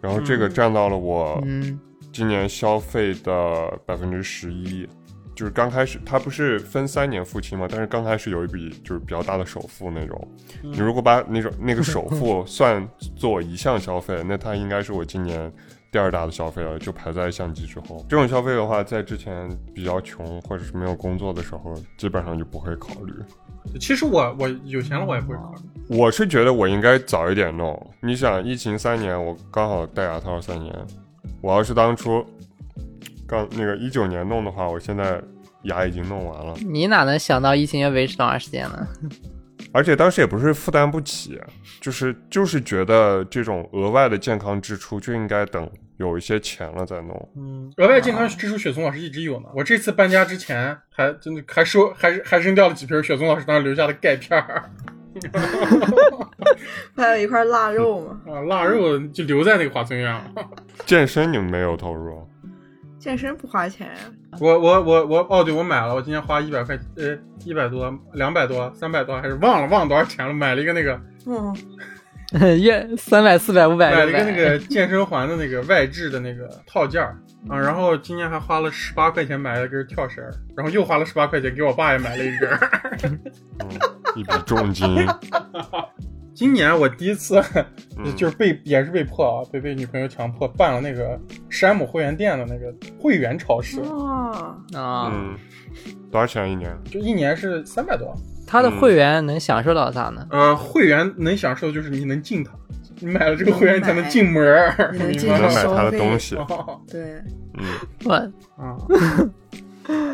Speaker 4: 然后这个占到了我
Speaker 3: 嗯
Speaker 4: 今年消费的百分之十一。就是刚开始，它不是分三年付清嘛，但是刚开始有一笔就是比较大的首付那种。你如果把那种那个首付算作我一项消费，那它应该是我今年第二大的消费了，就排在相机之后。这种消费的话，在之前比较穷或者是没有工作的时候，基本上就不会考虑。
Speaker 2: 其实我我有钱了，我也不会考虑。
Speaker 4: 我是觉得我应该早一点弄。你想，疫情三年，我刚好戴牙套三年。我要是当初刚那个一九年弄的话，我现在牙已经弄完了，
Speaker 3: 你哪能想到疫情要维持多长时间呢？ *laughs*
Speaker 4: 而且当时也不是负担不起，就是就是觉得这种额外的健康支出就应该等有一些钱了再弄。
Speaker 2: 嗯，额外健康支出雪松老师一直有呢。我这次搬家之前还真的还收还还扔掉了几瓶雪松老师当时留下的钙片儿
Speaker 5: 还有一块腊肉嘛。
Speaker 2: 啊，腊肉就留在那个华村院了。
Speaker 4: 健身你们没有投入，
Speaker 5: 健身不花钱呀、
Speaker 2: 我我我我哦，对，我买了，我今天花一百块呃一百多两百多三百多还是忘了忘了多少钱了，买了一个那个
Speaker 5: 嗯，
Speaker 3: 月三百、四百、五百、
Speaker 2: *laughs* 买了一
Speaker 3: 六
Speaker 2: 个
Speaker 3: 百，
Speaker 2: 那个健身环的那个外置的那个套件儿啊，然后今年还花了十八块钱买了根跳绳儿，然后又花了十八块钱给我爸也买了一根儿。 *laughs*
Speaker 4: 嗯，一笔重金，
Speaker 2: 今年我第一次
Speaker 4: 嗯
Speaker 2: 就是被也是被迫啊，被被女朋友强迫办了那个山姆会员店的那个会员超市，
Speaker 5: 哦，
Speaker 3: 啊，
Speaker 4: 嗯，多少钱一年？
Speaker 2: 就一年是三百多。
Speaker 3: 他
Speaker 2: 嗯
Speaker 3: 的会员能享受到啥呢？
Speaker 2: 呃，会员能享受就是你能进它，你买了这个会员才能进门儿，
Speaker 5: 能买
Speaker 2: 明
Speaker 4: 你
Speaker 2: 白
Speaker 4: 能买
Speaker 2: 吗？
Speaker 4: 他的东西，
Speaker 2: 哦
Speaker 5: 对， *laughs*
Speaker 4: 嗯，
Speaker 3: 我
Speaker 2: *laughs* 啊，嗯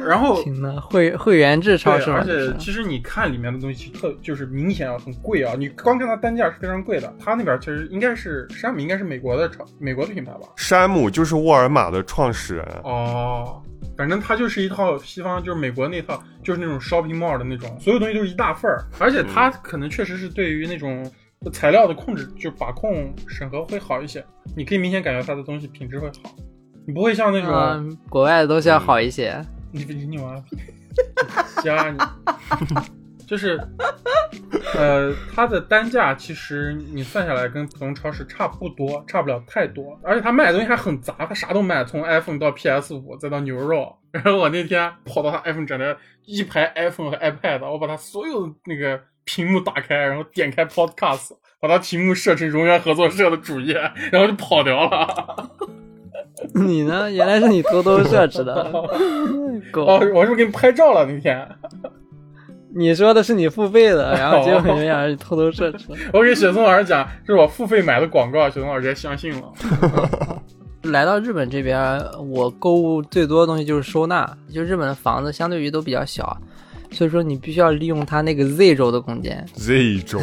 Speaker 2: 然后
Speaker 3: 行了，会会员制超市
Speaker 2: 对，
Speaker 3: 嘛，
Speaker 2: 而
Speaker 3: 就
Speaker 2: 且
Speaker 3: 是
Speaker 2: 其实你看里面的东西特就是明显要很贵啊，你光看它单价是非常贵的。它那边其实应该是山姆，应该是美国的超美国的品牌吧？
Speaker 4: 山姆就是沃尔玛的创始人，
Speaker 2: 哦，反正它就是一套西方，就是美国那套，就是那种 shopping mall 的那种，所有东西都是一大份儿，而且它可能确实是对于那种材料的控制，就把控审核会好一些，你可以明显感觉它的东西品质会好，你不会像那种、
Speaker 3: 嗯，国外的东西要好一些。
Speaker 2: 你你你完了，瞎你，啊就是，呃，它的单价其实你算下来跟普通超市差不多，差不了太多，而且它卖的东西还很杂，它啥都卖，从 iPhone 到 PS 五，再到牛肉。然后我那天跑到它 iPhone 展台，一排 iPhone 和 iPad，我把它所有那个屏幕打开，然后点开 Podcast，把它屏幕设成荣源合作社的主页，然后就跑掉了。
Speaker 3: *laughs*
Speaker 2: *laughs*
Speaker 3: 你呢？原来是你偷偷设置的，
Speaker 2: *laughs* 哦
Speaker 3: 狗！，
Speaker 2: 我是不是给你拍照了那天？
Speaker 3: 你说的是你付费的，然后结
Speaker 2: 哦
Speaker 3: 果没想到是你偷偷设置的。
Speaker 2: 我给雪松老师讲，这是我付费买的广告，雪松老师也相信了。
Speaker 3: 来到日本这边，我购物最多的东西就是收纳，就日本的房子相对于都比较小，所以说你必须要利用它那个 Z 轴的空间。
Speaker 4: Z 中，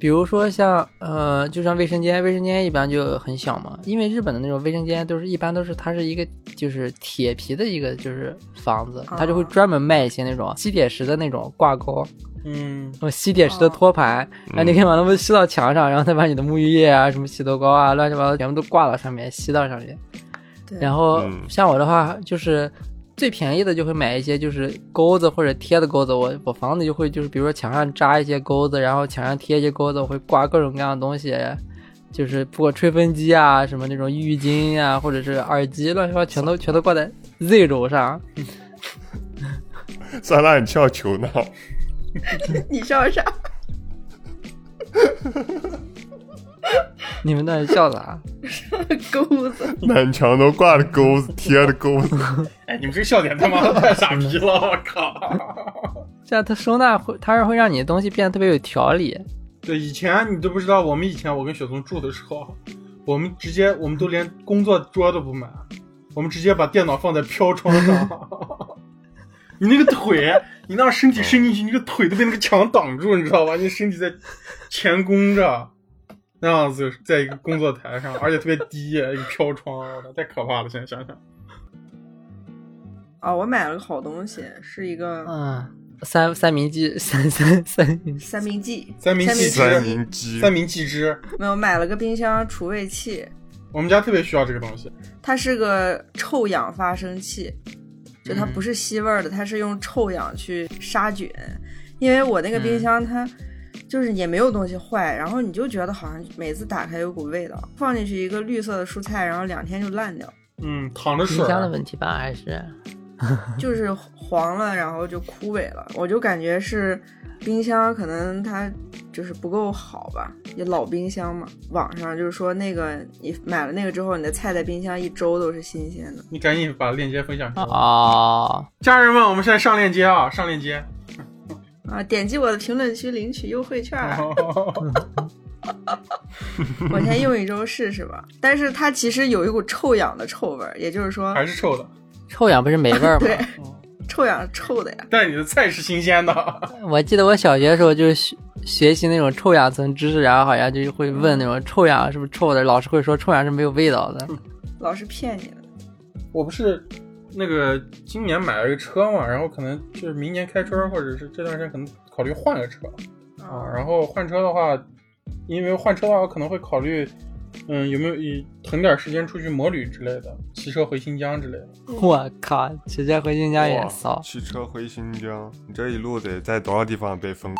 Speaker 3: 比如说像呃，就像卫生间，卫生间一般就很小嘛，因为日本的那种卫生间都是一般都是它是一个就是铁皮的一个就是房子，它就会
Speaker 5: 啊
Speaker 3: 专门卖一些那种吸铁石的那种挂钩，
Speaker 2: 嗯，
Speaker 3: 那种吸铁石的托盘，然后你可以把它们吸到墙上，然后再把你的沐浴液啊、什么洗头膏啊、乱七八糟全部都挂到上面，吸到上面。
Speaker 5: 对
Speaker 3: 然后
Speaker 4: 嗯
Speaker 3: 像我的话，就是最便宜的就会买一些就是钩子或者贴的钩子，我我房子就会就是比如说墙上扎一些钩子，然后墙上贴一些钩子，我会挂各种各样的东西。就是不管吹风机啊，什么那种浴巾啊，或者是耳机，乱七八糟全都全都挂在 Z 轴上。
Speaker 4: 算了，你笑球呢？
Speaker 5: 你笑啥？
Speaker 3: 你们到底笑啥？
Speaker 5: *laughs*
Speaker 3: *laughs*
Speaker 5: 钩子，
Speaker 4: 满墙都挂着钩子，贴着钩子。
Speaker 2: 哎，你们这笑点他妈 *laughs* 的太傻逼了，我靠！
Speaker 3: 这样它收纳会，它是会让你的东西变得特别有条理。
Speaker 2: *laughs* 对，以前啊你都不知道，我们以前我跟雪松住的时候，我们直接我们都连工作桌都不买，我们直接把电脑放在飘窗上。 *laughs* 你那个腿，你那身体伸进去，你那个腿都被那个墙挡住，你知道吧？你身体在前弓着，那样子在一个工作台上，而且特别低，一个飘窗，我操，太可怕了！现在想想，
Speaker 5: 啊，我买了个好东西，是一个
Speaker 3: 嗯，三三明治，三三三明治
Speaker 5: 三明记，
Speaker 2: 三明
Speaker 5: 记
Speaker 2: 记
Speaker 4: 三明鸡，
Speaker 2: 三明记汁，
Speaker 5: 没有买了个冰箱除味器，
Speaker 2: 我们家特别需要这个东西。
Speaker 5: 它是个臭氧发生器，就它
Speaker 2: 嗯
Speaker 5: 不是吸味儿的，它是用臭氧去杀菌。因为我那个冰箱它就是也没有东西坏，然后你就觉得好像每次打开有股味道，放进去一个绿色的蔬菜，然后两天就烂掉，
Speaker 2: 嗯，淌着水
Speaker 3: 冰
Speaker 2: 儿，
Speaker 3: 箱的问题吧，还是
Speaker 5: 就是黄了，然后就枯萎了。我就感觉是冰箱可能它就是不够好吧，也老冰箱嘛。网上就是说那个你买了那个之后，你的菜在冰箱一周都是新鲜的。
Speaker 2: 你赶紧把链接分享给我。
Speaker 3: 哦，
Speaker 2: 家人们，我们现在上链接啊，上链接。 *laughs*
Speaker 5: 啊，点击我的评论区领取优惠券儿，啊
Speaker 2: 哦
Speaker 5: 我先用一周试试吧。但是它其实有一股臭氧的臭味儿，也就是说，
Speaker 2: 还是臭的，
Speaker 3: 臭氧不是没味儿吗？ *laughs*
Speaker 5: 对，臭氧是臭的呀。
Speaker 2: 但你的菜是新鲜的。 *laughs*
Speaker 3: 我记得我小学的时候就是学学习那种臭氧层知识，然后好像就是会问那种臭氧是不是臭的，老师会说臭氧是没有味道的。
Speaker 5: 老是骗你的，
Speaker 2: 我不是那个今年买了个车嘛，然后可能就是明年开春，或者是这段时间可能考虑换个车啊。
Speaker 3: 哦
Speaker 2: 然后换车的话，因为换车的话，我可能会考虑，嗯，有没有以腾点时间出去摩旅之类的，骑车回新疆之类的。
Speaker 3: *laughs* 我靠，直接回新疆也
Speaker 4: 哇
Speaker 3: 骚。
Speaker 4: 骑车回新疆，你这一路得在多少地方被封？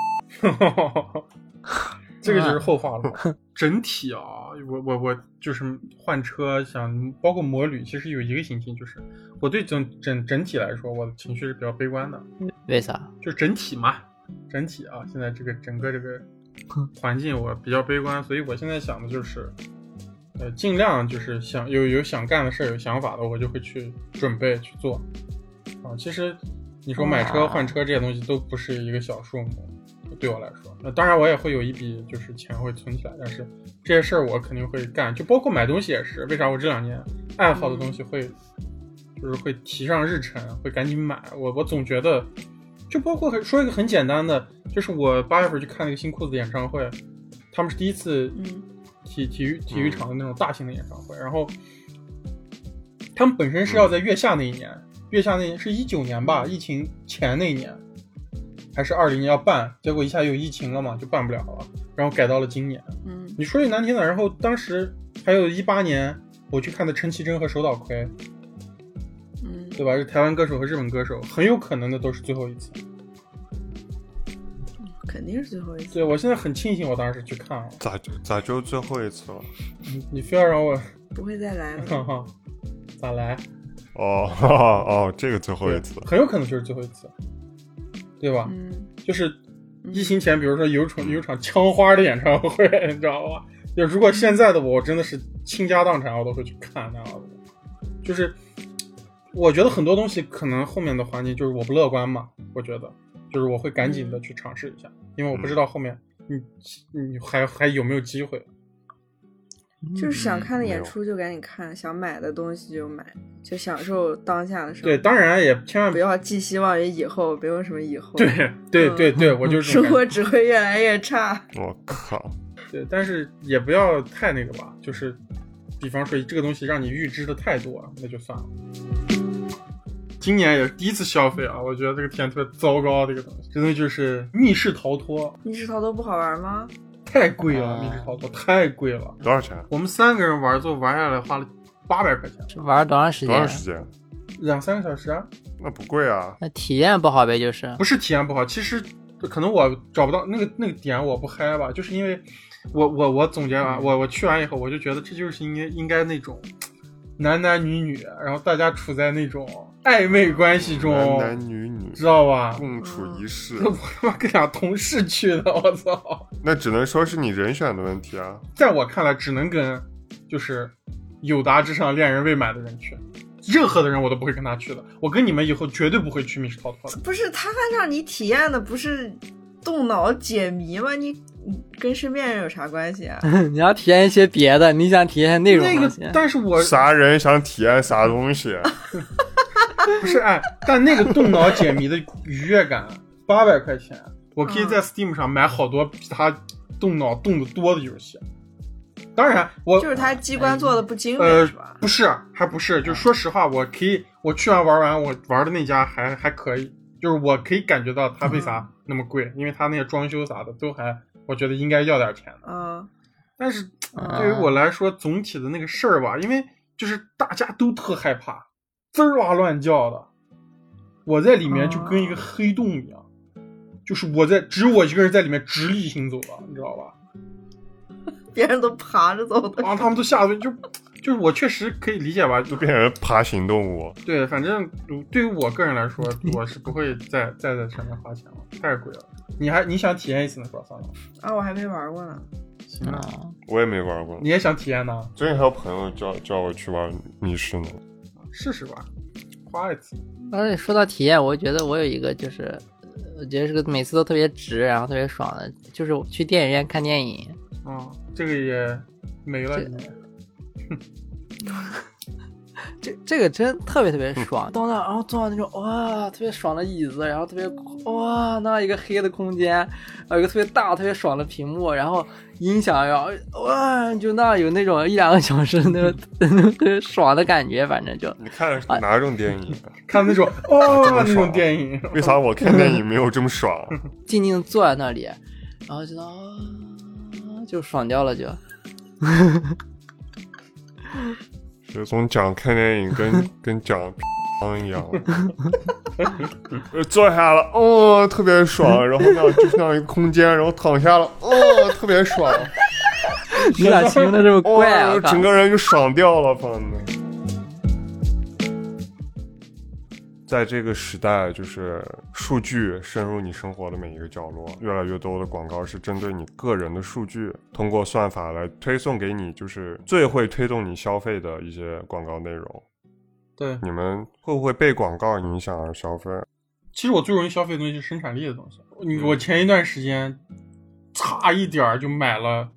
Speaker 2: *laughs* 这个就是后话了。 *laughs* 整体啊，我我我就是换车，想包括摩旅，其实有一个心情，就是我对整整整体来说，我的情绪是比较悲观的，
Speaker 3: 为啥？
Speaker 2: 就整体嘛，整体啊，现在这个整个这个环境我比较悲观，所以我现在想的就是，呃，尽量就是想有有想干的事儿，有想法的，我就会去准备去做。啊，其实你说买车
Speaker 3: 哇
Speaker 2: 换车这些东西都不是一个小数目，对我来说，呃，当然我也会有一笔就是钱会存起来，但是这些事儿我肯定会干，就包括买东西也是。为啥我这两年爱好的东西会，就是会提上日程，会赶紧买。我我总觉得，就包括很说一个很简单的，就是我八月份去看那个新裤子的演唱会，他们是第一次
Speaker 5: 嗯
Speaker 2: 体体育
Speaker 4: 嗯
Speaker 2: 体育场的那种大型的演唱会，然后他们本身是要在月下那一年，月下那一年是一九年吧，疫情前那一年，还是二零年要办，结果一下有疫情了嘛，就办不了了，然后改到了今年。
Speaker 5: 嗯
Speaker 2: 你说句难听的，然后当时还有一八年我去看的陈绮贞和手岛葵，
Speaker 5: 嗯，
Speaker 2: 对吧？是台湾歌手和日本歌手，很有可能的都是最后一次。
Speaker 5: 肯定是最后一次。
Speaker 2: 对我现在很庆幸我当时去看了，
Speaker 4: 咋就咋就最后一次了？
Speaker 2: 你你非要让我 *laughs*
Speaker 5: 不会再来了。
Speaker 2: 哈哈，咋来？
Speaker 4: 哦哦，这个最后一次。
Speaker 2: 很有可能就是最后一次，对吧？
Speaker 5: 嗯，
Speaker 2: 就是疫情前，比如说有场有场枪花的演唱会， *laughs* 你知道吧？就如果现在的我，我真的是倾家荡产，我都会去看那样子。就是我觉得很多东西可能后面的环境就是我不乐观嘛，我觉得就是我会赶紧的去尝试一下，因为我不知道后面你你还还有没有机会。
Speaker 5: 就是
Speaker 2: 嗯
Speaker 5: 想看的
Speaker 4: 没
Speaker 5: 演
Speaker 4: 有
Speaker 5: 出就赶紧看，想买的东西就买，就享受当下的生活。
Speaker 2: 对，当然也千万
Speaker 5: 不
Speaker 2: 不要。
Speaker 5: 要寄希望于以后，没有什么以后。 *laughs*
Speaker 2: 对，对对对，我就是这种
Speaker 5: 生
Speaker 2: 感觉
Speaker 5: 活只会越来越差。
Speaker 4: 我靠，
Speaker 2: 对，但是也不要太那个吧，就是，比方说这个东西让你预知的太多了，那就算了。今年也是第一次消费啊，我觉得这个体验特别糟糕。这个东西，这东西就是密室逃脱，
Speaker 5: 密室逃脱不好玩吗？
Speaker 2: 太贵了，
Speaker 3: 啊
Speaker 2: 密室逃脱太贵了。
Speaker 4: 多少钱？
Speaker 2: 我们三个人玩，最后玩下来花了八百块钱，
Speaker 3: 这玩了多长时
Speaker 4: 多
Speaker 3: 间啊
Speaker 4: 长？时间？
Speaker 2: 两三个小时、啊，
Speaker 4: 那不贵啊。
Speaker 3: 那体验不好呗，就是 *laughs*
Speaker 2: 不是体验不好，其实可能我找不到那个那个点，我不嗨吧，就是因为我我我总结
Speaker 4: 嗯
Speaker 2: 完，我我去完以后，我就觉得这就是应该应该那种男男女女，然后大家处在那种暧昧关系中，
Speaker 4: 男男女女
Speaker 2: 知道吧？
Speaker 4: 共处一室，
Speaker 2: 我他妈跟俩同事去的，我操！ *laughs*
Speaker 4: 那只能说是你人选的问题啊。
Speaker 2: 在我看来，只能跟就是有达之上恋人未满的人去，任何的人我都不会跟他去的。我跟你们以后绝对不会去密室逃脱的。
Speaker 5: 不是他让你体验的不是动脑解谜吗？你你跟身边人有啥关系啊？
Speaker 3: 你要体验一些别的，你想体验内容
Speaker 2: 那
Speaker 3: 吗
Speaker 2: 个，但是我
Speaker 4: 啥人想体验啥东西？
Speaker 2: 不是哎，但那个动脑解谜的愉悦感， *laughs* 八百块钱，我可以
Speaker 5: 嗯
Speaker 2: 在 Steam 上买好多比它动脑动得多的游戏。当然，我
Speaker 5: 就是他机关做的不精美
Speaker 2: 呃
Speaker 5: 是吧，？
Speaker 2: 不是，还不是，就是说实话，我可以，我去完玩完，我玩的那家还还可以，就是我可以感觉到它为啥那么贵，因为它那个装修啥的都还，我觉得应该要点钱的。
Speaker 5: 嗯，
Speaker 2: 但是
Speaker 3: 啊
Speaker 2: 对于我来说，总体的那个事儿吧，因为就是大家都特害怕，滋儿哇乱叫的，我在里面就跟
Speaker 3: 啊
Speaker 2: 一个黑洞一样，就是我在只有我一个人在里面直立行走了，你知道吧？
Speaker 5: 别人都爬着走的。
Speaker 2: 啊，他们都吓得就就是我确实可以理解吧，就
Speaker 4: 变成爬行动物，
Speaker 2: 对，反正对于我个人来说，我是不会再再在上面花钱了，太贵了。你还你想体验一次呢，是吧？算了，
Speaker 5: 啊，我还没玩过呢。
Speaker 2: 行吧。
Speaker 3: 啊
Speaker 4: 我也没玩过
Speaker 2: 你。也想体验呢，
Speaker 4: 最近还有朋友叫叫我去玩密室呢。
Speaker 2: 试试吧，花一次。
Speaker 3: 而且说到体验，我觉得我有一个就是，呃我觉得是个每次都特别值，然后特别爽的，就是我去电影院看电影。
Speaker 2: 啊、这个也没了。
Speaker 3: 这这这个真特别特别爽，到那然后坐到那种哇特别爽的椅子，然后特别哇那一个黑的空间，然后有一个特别大特别爽的屏幕，然后音响，然后哇就那有那种一两个小时的那种 *laughs* 特别爽的感觉，反正就
Speaker 4: 你看的是哪种电影？啊
Speaker 2: 看那 *laughs* 种哦
Speaker 4: 这么爽
Speaker 2: 那种电影，
Speaker 4: *laughs* 为啥我看电影没有这么爽？啊
Speaker 3: 静静坐在那里，然后就啊就爽掉了就。
Speaker 4: 就总讲看电影跟 *laughs* 跟讲一样，呃坐下了，哦，特别爽。然后那样就是那样一个空间，然后躺下了，哦，特别爽，
Speaker 3: 你咋形容的这么
Speaker 4: 哦
Speaker 3: 怪啊？我，靠
Speaker 4: 整个人就爽掉了，朋友们。在这个时代，就是数据深入你生活的每一个角落，越来越多的广告是针对你个人的数据，通过算法来推送给你，就是最会推动你消费的一些广告内容。
Speaker 2: 对，
Speaker 4: 你们会不会被广告影响而消费？
Speaker 2: 其实我最容易消费的东西是生产力的东西。你我前一段时间差一点儿就买了，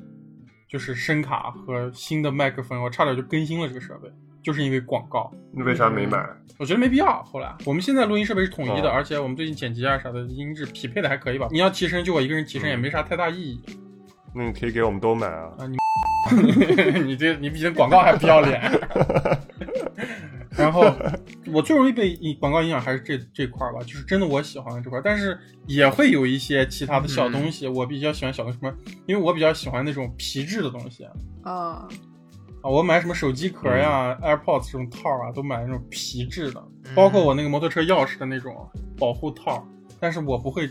Speaker 2: 就是声卡和新的麦克风，我差点就更新了这个设备，就是因为广告。
Speaker 4: 你为啥没买？
Speaker 2: 我觉得没必要。后来我们现在录音设备是统一的，
Speaker 4: 哦
Speaker 2: 而且我们最近剪辑啊啥的音质匹配的还可以吧。你要提升，就我一个人提升也没啥太大意义。
Speaker 4: 那你可以给我们都买啊！
Speaker 2: *laughs* 你这你比这广告还不要脸。然后我最容易被广告影响还是这这块儿吧，就是真的我喜欢的这块儿，但是也会有一些其他的小东西，我比较喜欢小的什么，因为我比较喜欢那种皮质的东西啊，
Speaker 5: 啊，
Speaker 2: 我买什么手机壳呀、AirPods 这种套儿啊，都买那种皮质的，包括我那个摩托车钥匙的那种保护套儿，但是我不会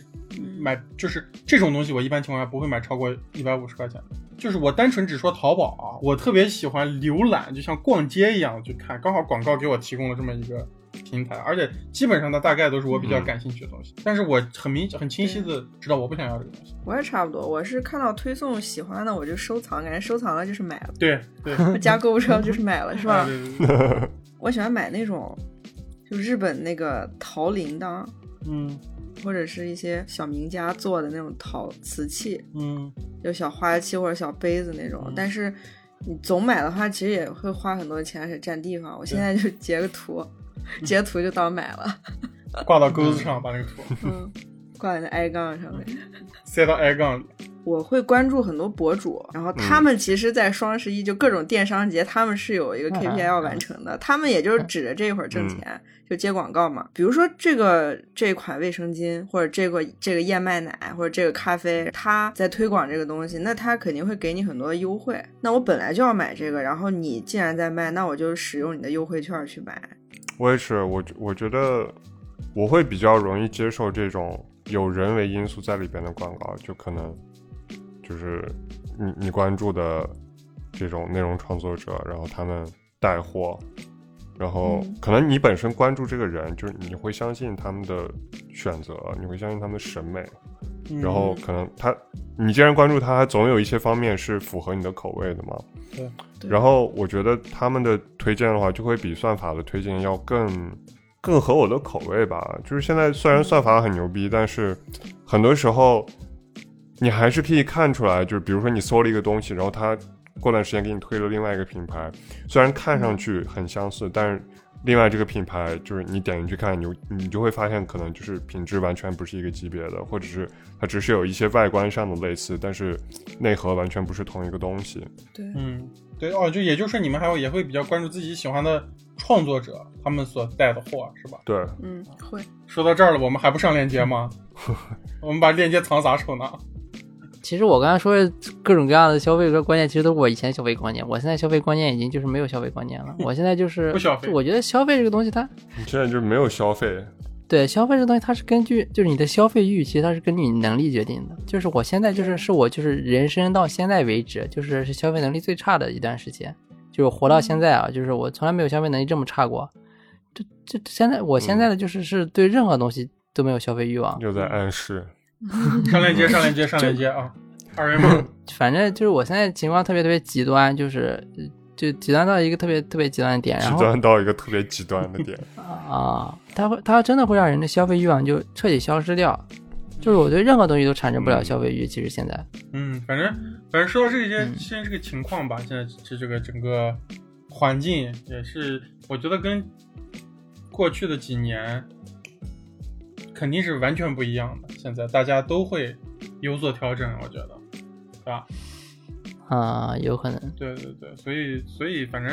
Speaker 2: 买，就是这种东西，我一般情况下不会买超过一百五十块钱。就是我单纯只说淘宝啊，我特别喜欢浏览，就像逛街一样去看，刚好广告给我提供了这么一个平台，而且基本上它大概都是我比较
Speaker 4: 嗯
Speaker 2: 感兴趣的东西，但是我很明很清晰的知道我不想要这个东西。
Speaker 5: 我也差不多，我是看到推送喜欢的我就收藏，感觉收藏了就是买了，
Speaker 2: 对对，
Speaker 5: *laughs* 加购物车就是买了，是
Speaker 2: 啊
Speaker 5: 吧？
Speaker 2: 对
Speaker 4: *laughs*
Speaker 2: 对对
Speaker 5: 我喜欢买那种，就日本那个陶铃铛，
Speaker 2: 嗯
Speaker 5: 或者是一些小名家做的那种陶瓷器，
Speaker 2: 嗯，
Speaker 5: 有小花器或者小杯子那种。
Speaker 2: 嗯
Speaker 5: 但是你总买的话，其实也会花很多钱，而且占地方。我现在就截个图，截图就当买
Speaker 2: *laughs*
Speaker 5: 了，
Speaker 2: 挂到钩子上把那个图
Speaker 5: 嗯，挂在那 i 杠上面。
Speaker 2: 塞到 i 杠里。
Speaker 5: 我会关注很多博主，然后他们其实，在双十一就各种电商节，他们是有一个
Speaker 3: 嗯
Speaker 5: KPI 要完成的，他们也就是指着这一会儿挣钱，就接广告嘛。比如说这个这款卫生巾，或者这个这个燕麦奶，或者这个咖啡，他在推广这个东西，那他肯定会给你很多的优惠。那我本来就要买这个，然后你既然在卖，那我就使用你的优惠券去买。
Speaker 4: 我也是，我觉我觉得我会比较容易接受这种有人为因素在里边的广告，就可能就是你你关注的这种内容创作者，然后他们带货，然后
Speaker 5: 嗯
Speaker 4: 可能你本身关注这个人，就是你会相信他们的选择，你会相信他们的审美，然后可能他，你既然关注他，总有一些方面是符合你的口味的嘛。
Speaker 2: 对
Speaker 5: 对
Speaker 4: 然后我觉得他们的推荐的话，就会比算法的推荐要更更合我的口味吧。就是现在虽然算法很牛逼，但是很多时候你还是可以看出来，就是比如说你搜了一个东西，然后他过段时间给你推了另外一个品牌，虽然看上去很相似，但是另外这个品牌就是你点进去看，你就你就会发现可能就是品质完全不是一个级别的，或者是它只是有一些外观上的类似，但是内核完全不是同一个东西。
Speaker 5: 对，
Speaker 2: 嗯，对哦，就也就是你们还有也会比较关注自己喜欢的创作者他们所带的货是吧？
Speaker 4: 对，
Speaker 5: 嗯，会，
Speaker 2: 说到这儿了，我们还不上链接 *laughs* 吗？我们把链接藏啥处呢？
Speaker 3: 其实我刚才说的各种各样的消费观念，其实都是我以前的消费观念。我现在消费观念已经就是没有消费
Speaker 2: *laughs*
Speaker 3: 观念了。我现在就是
Speaker 2: 不消费
Speaker 3: 我觉得消费这个东西它，
Speaker 4: 你现在就是没有消费，
Speaker 3: 对消费这个东西，它是根据就是你的消费预期，它是根据你能力决定的。就是我现在就是是我就是人生到现在为止，就是是消费能力最差的一段时间，就是活
Speaker 2: 嗯
Speaker 3: 到现在啊，就是我从来没有消费能力这么差过。这这现在我现
Speaker 2: 嗯
Speaker 3: 在的就是是对任何东西都没有消费欲望，
Speaker 4: 又在暗示。
Speaker 2: 上链接，上链接，上链接啊！二维码，
Speaker 3: 反正就是我现在情况特别特别极端，就是呃就极端到一个特别特别极端的点，
Speaker 4: 极
Speaker 3: 然后
Speaker 4: 端到一个特别极端
Speaker 3: *laughs*
Speaker 4: 的点，
Speaker 3: 啊，它会它真的会让人的消费欲望就彻底消失掉，就是我对任何东西都产生不了消费欲，其实现在，
Speaker 2: *laughs* 嗯，反正反正说到这些，
Speaker 3: 嗯
Speaker 2: 现在这个情况吧，现在这这个整个环境也是，我觉得跟过去的几年肯定是完全不一样的。现在大家都会有所调整，我觉得，对吧？
Speaker 3: 啊，有可能，
Speaker 2: 对对对，所以所以反正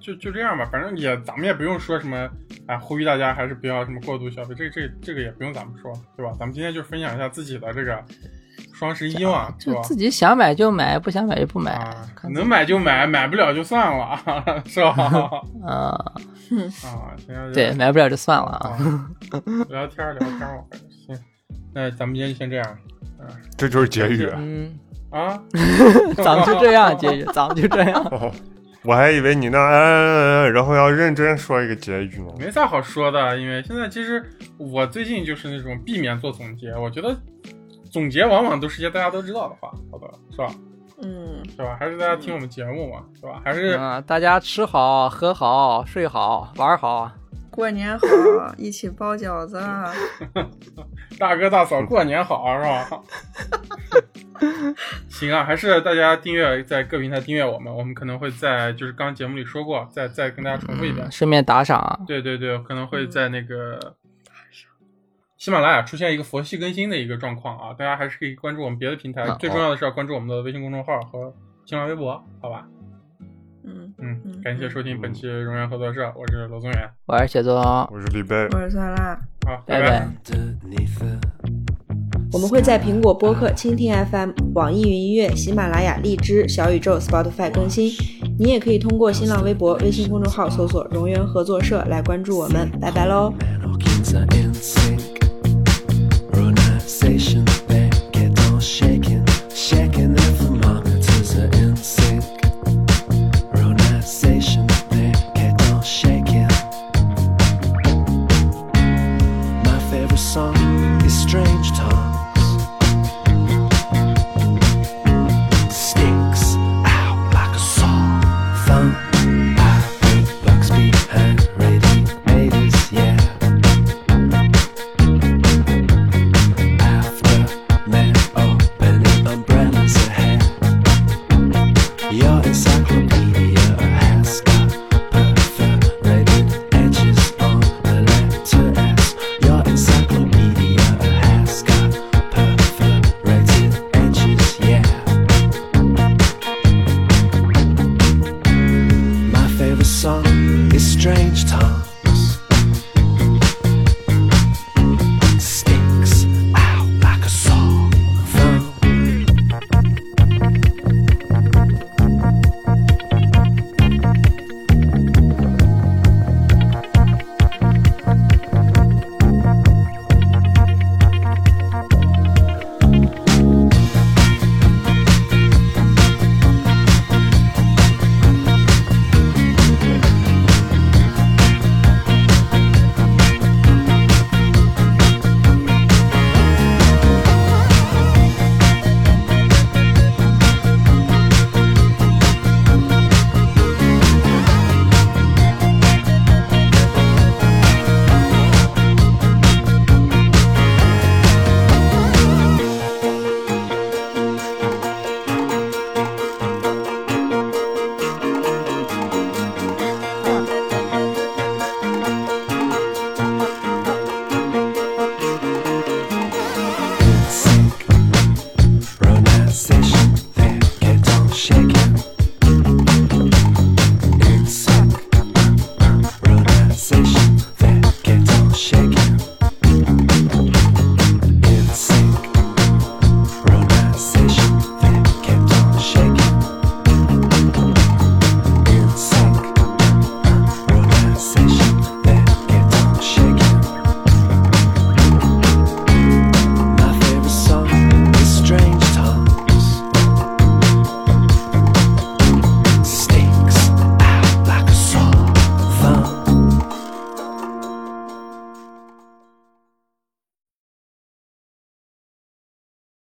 Speaker 2: 就就这样吧，反正也咱们也不用说什么，哎，呼吁大家还是不要什么过度消费，这这这个也不用咱们说，对吧？咱们今天就分享一下自己的这个双十一嘛，对
Speaker 3: 啊就
Speaker 2: 吧？
Speaker 3: 自己想买就买，不想买就不买，
Speaker 2: 啊，
Speaker 3: 看自己
Speaker 2: 能买就买，买不了就算了， *laughs* 是
Speaker 3: *laughs*
Speaker 2: 吧？
Speaker 3: 啊，
Speaker 2: 啊，行，
Speaker 3: 对，买不了就算了啊，
Speaker 2: 啊，聊天儿聊天儿，我感觉行，那咱们今天就先这样
Speaker 4: 这就是结语。
Speaker 3: 嗯，
Speaker 2: 啊，
Speaker 3: *laughs* 咱们就这
Speaker 2: *laughs*
Speaker 3: 样，结局，咱们就这
Speaker 4: *laughs*
Speaker 3: 样，
Speaker 4: 我还以为你那、呃，然后要认真说一个结语呢。
Speaker 2: 没啥好说的，因为现在其实我最近就是那种避免做总结，我觉得总结往往都是一些大家都知道的话，好的，是吧？
Speaker 5: 嗯，
Speaker 2: 是吧？还是大家听我们节目嘛，是吧？还是
Speaker 3: 啊，大家吃好喝好睡好玩好，
Speaker 5: 过年好， *coughs* 一起包饺子啊，
Speaker 2: 大哥大嫂过年好，啊是吧？ *laughs* 行啊，还是大家订阅在各平台订阅我们，我们可能会在就是刚刚节目里说过，再再跟大家重复一遍
Speaker 3: 嗯。顺便打赏啊，
Speaker 2: 对对对，可能会在那个喜马拉雅出现一个佛系更新的一个状况啊，大家还是可以关注我们别的平台，
Speaker 3: 啊
Speaker 2: 最重要的是要关注我们的微信公众号和新浪微博，好吧？
Speaker 5: 嗯，
Speaker 2: 嗯，
Speaker 5: 嗯
Speaker 2: 感谢收听本期荣源合作社，我是罗宗远，
Speaker 3: 我是雪宗，
Speaker 4: 我是李贝，
Speaker 5: 我是酸辣。
Speaker 2: 好，
Speaker 3: 拜
Speaker 2: 拜
Speaker 3: 拜。
Speaker 1: underneath the
Speaker 6: 我们会在苹果播客、蜻蜓 FM、网易云音乐、喜马拉雅、荔枝、小宇宙、Spotify 更新。你也可以通过新浪微博、微信公众号搜索“荣源合作社”来关注我们。拜拜喽！
Speaker 1: Man, all kids are in sync. Runization, they get all shaking. Shaking the thermometers are in sync. Runization, they get all shaking. My favorite song is Strange Times. Sticks out like a saw. Thumb out the blocks behind radiators, yeah. After men opening umbrellas ahead. Your encyclopedia has got perforated edges on the letter S. Your encyclopedia has got perforated edges, yeah. My favorite song is Strange Times.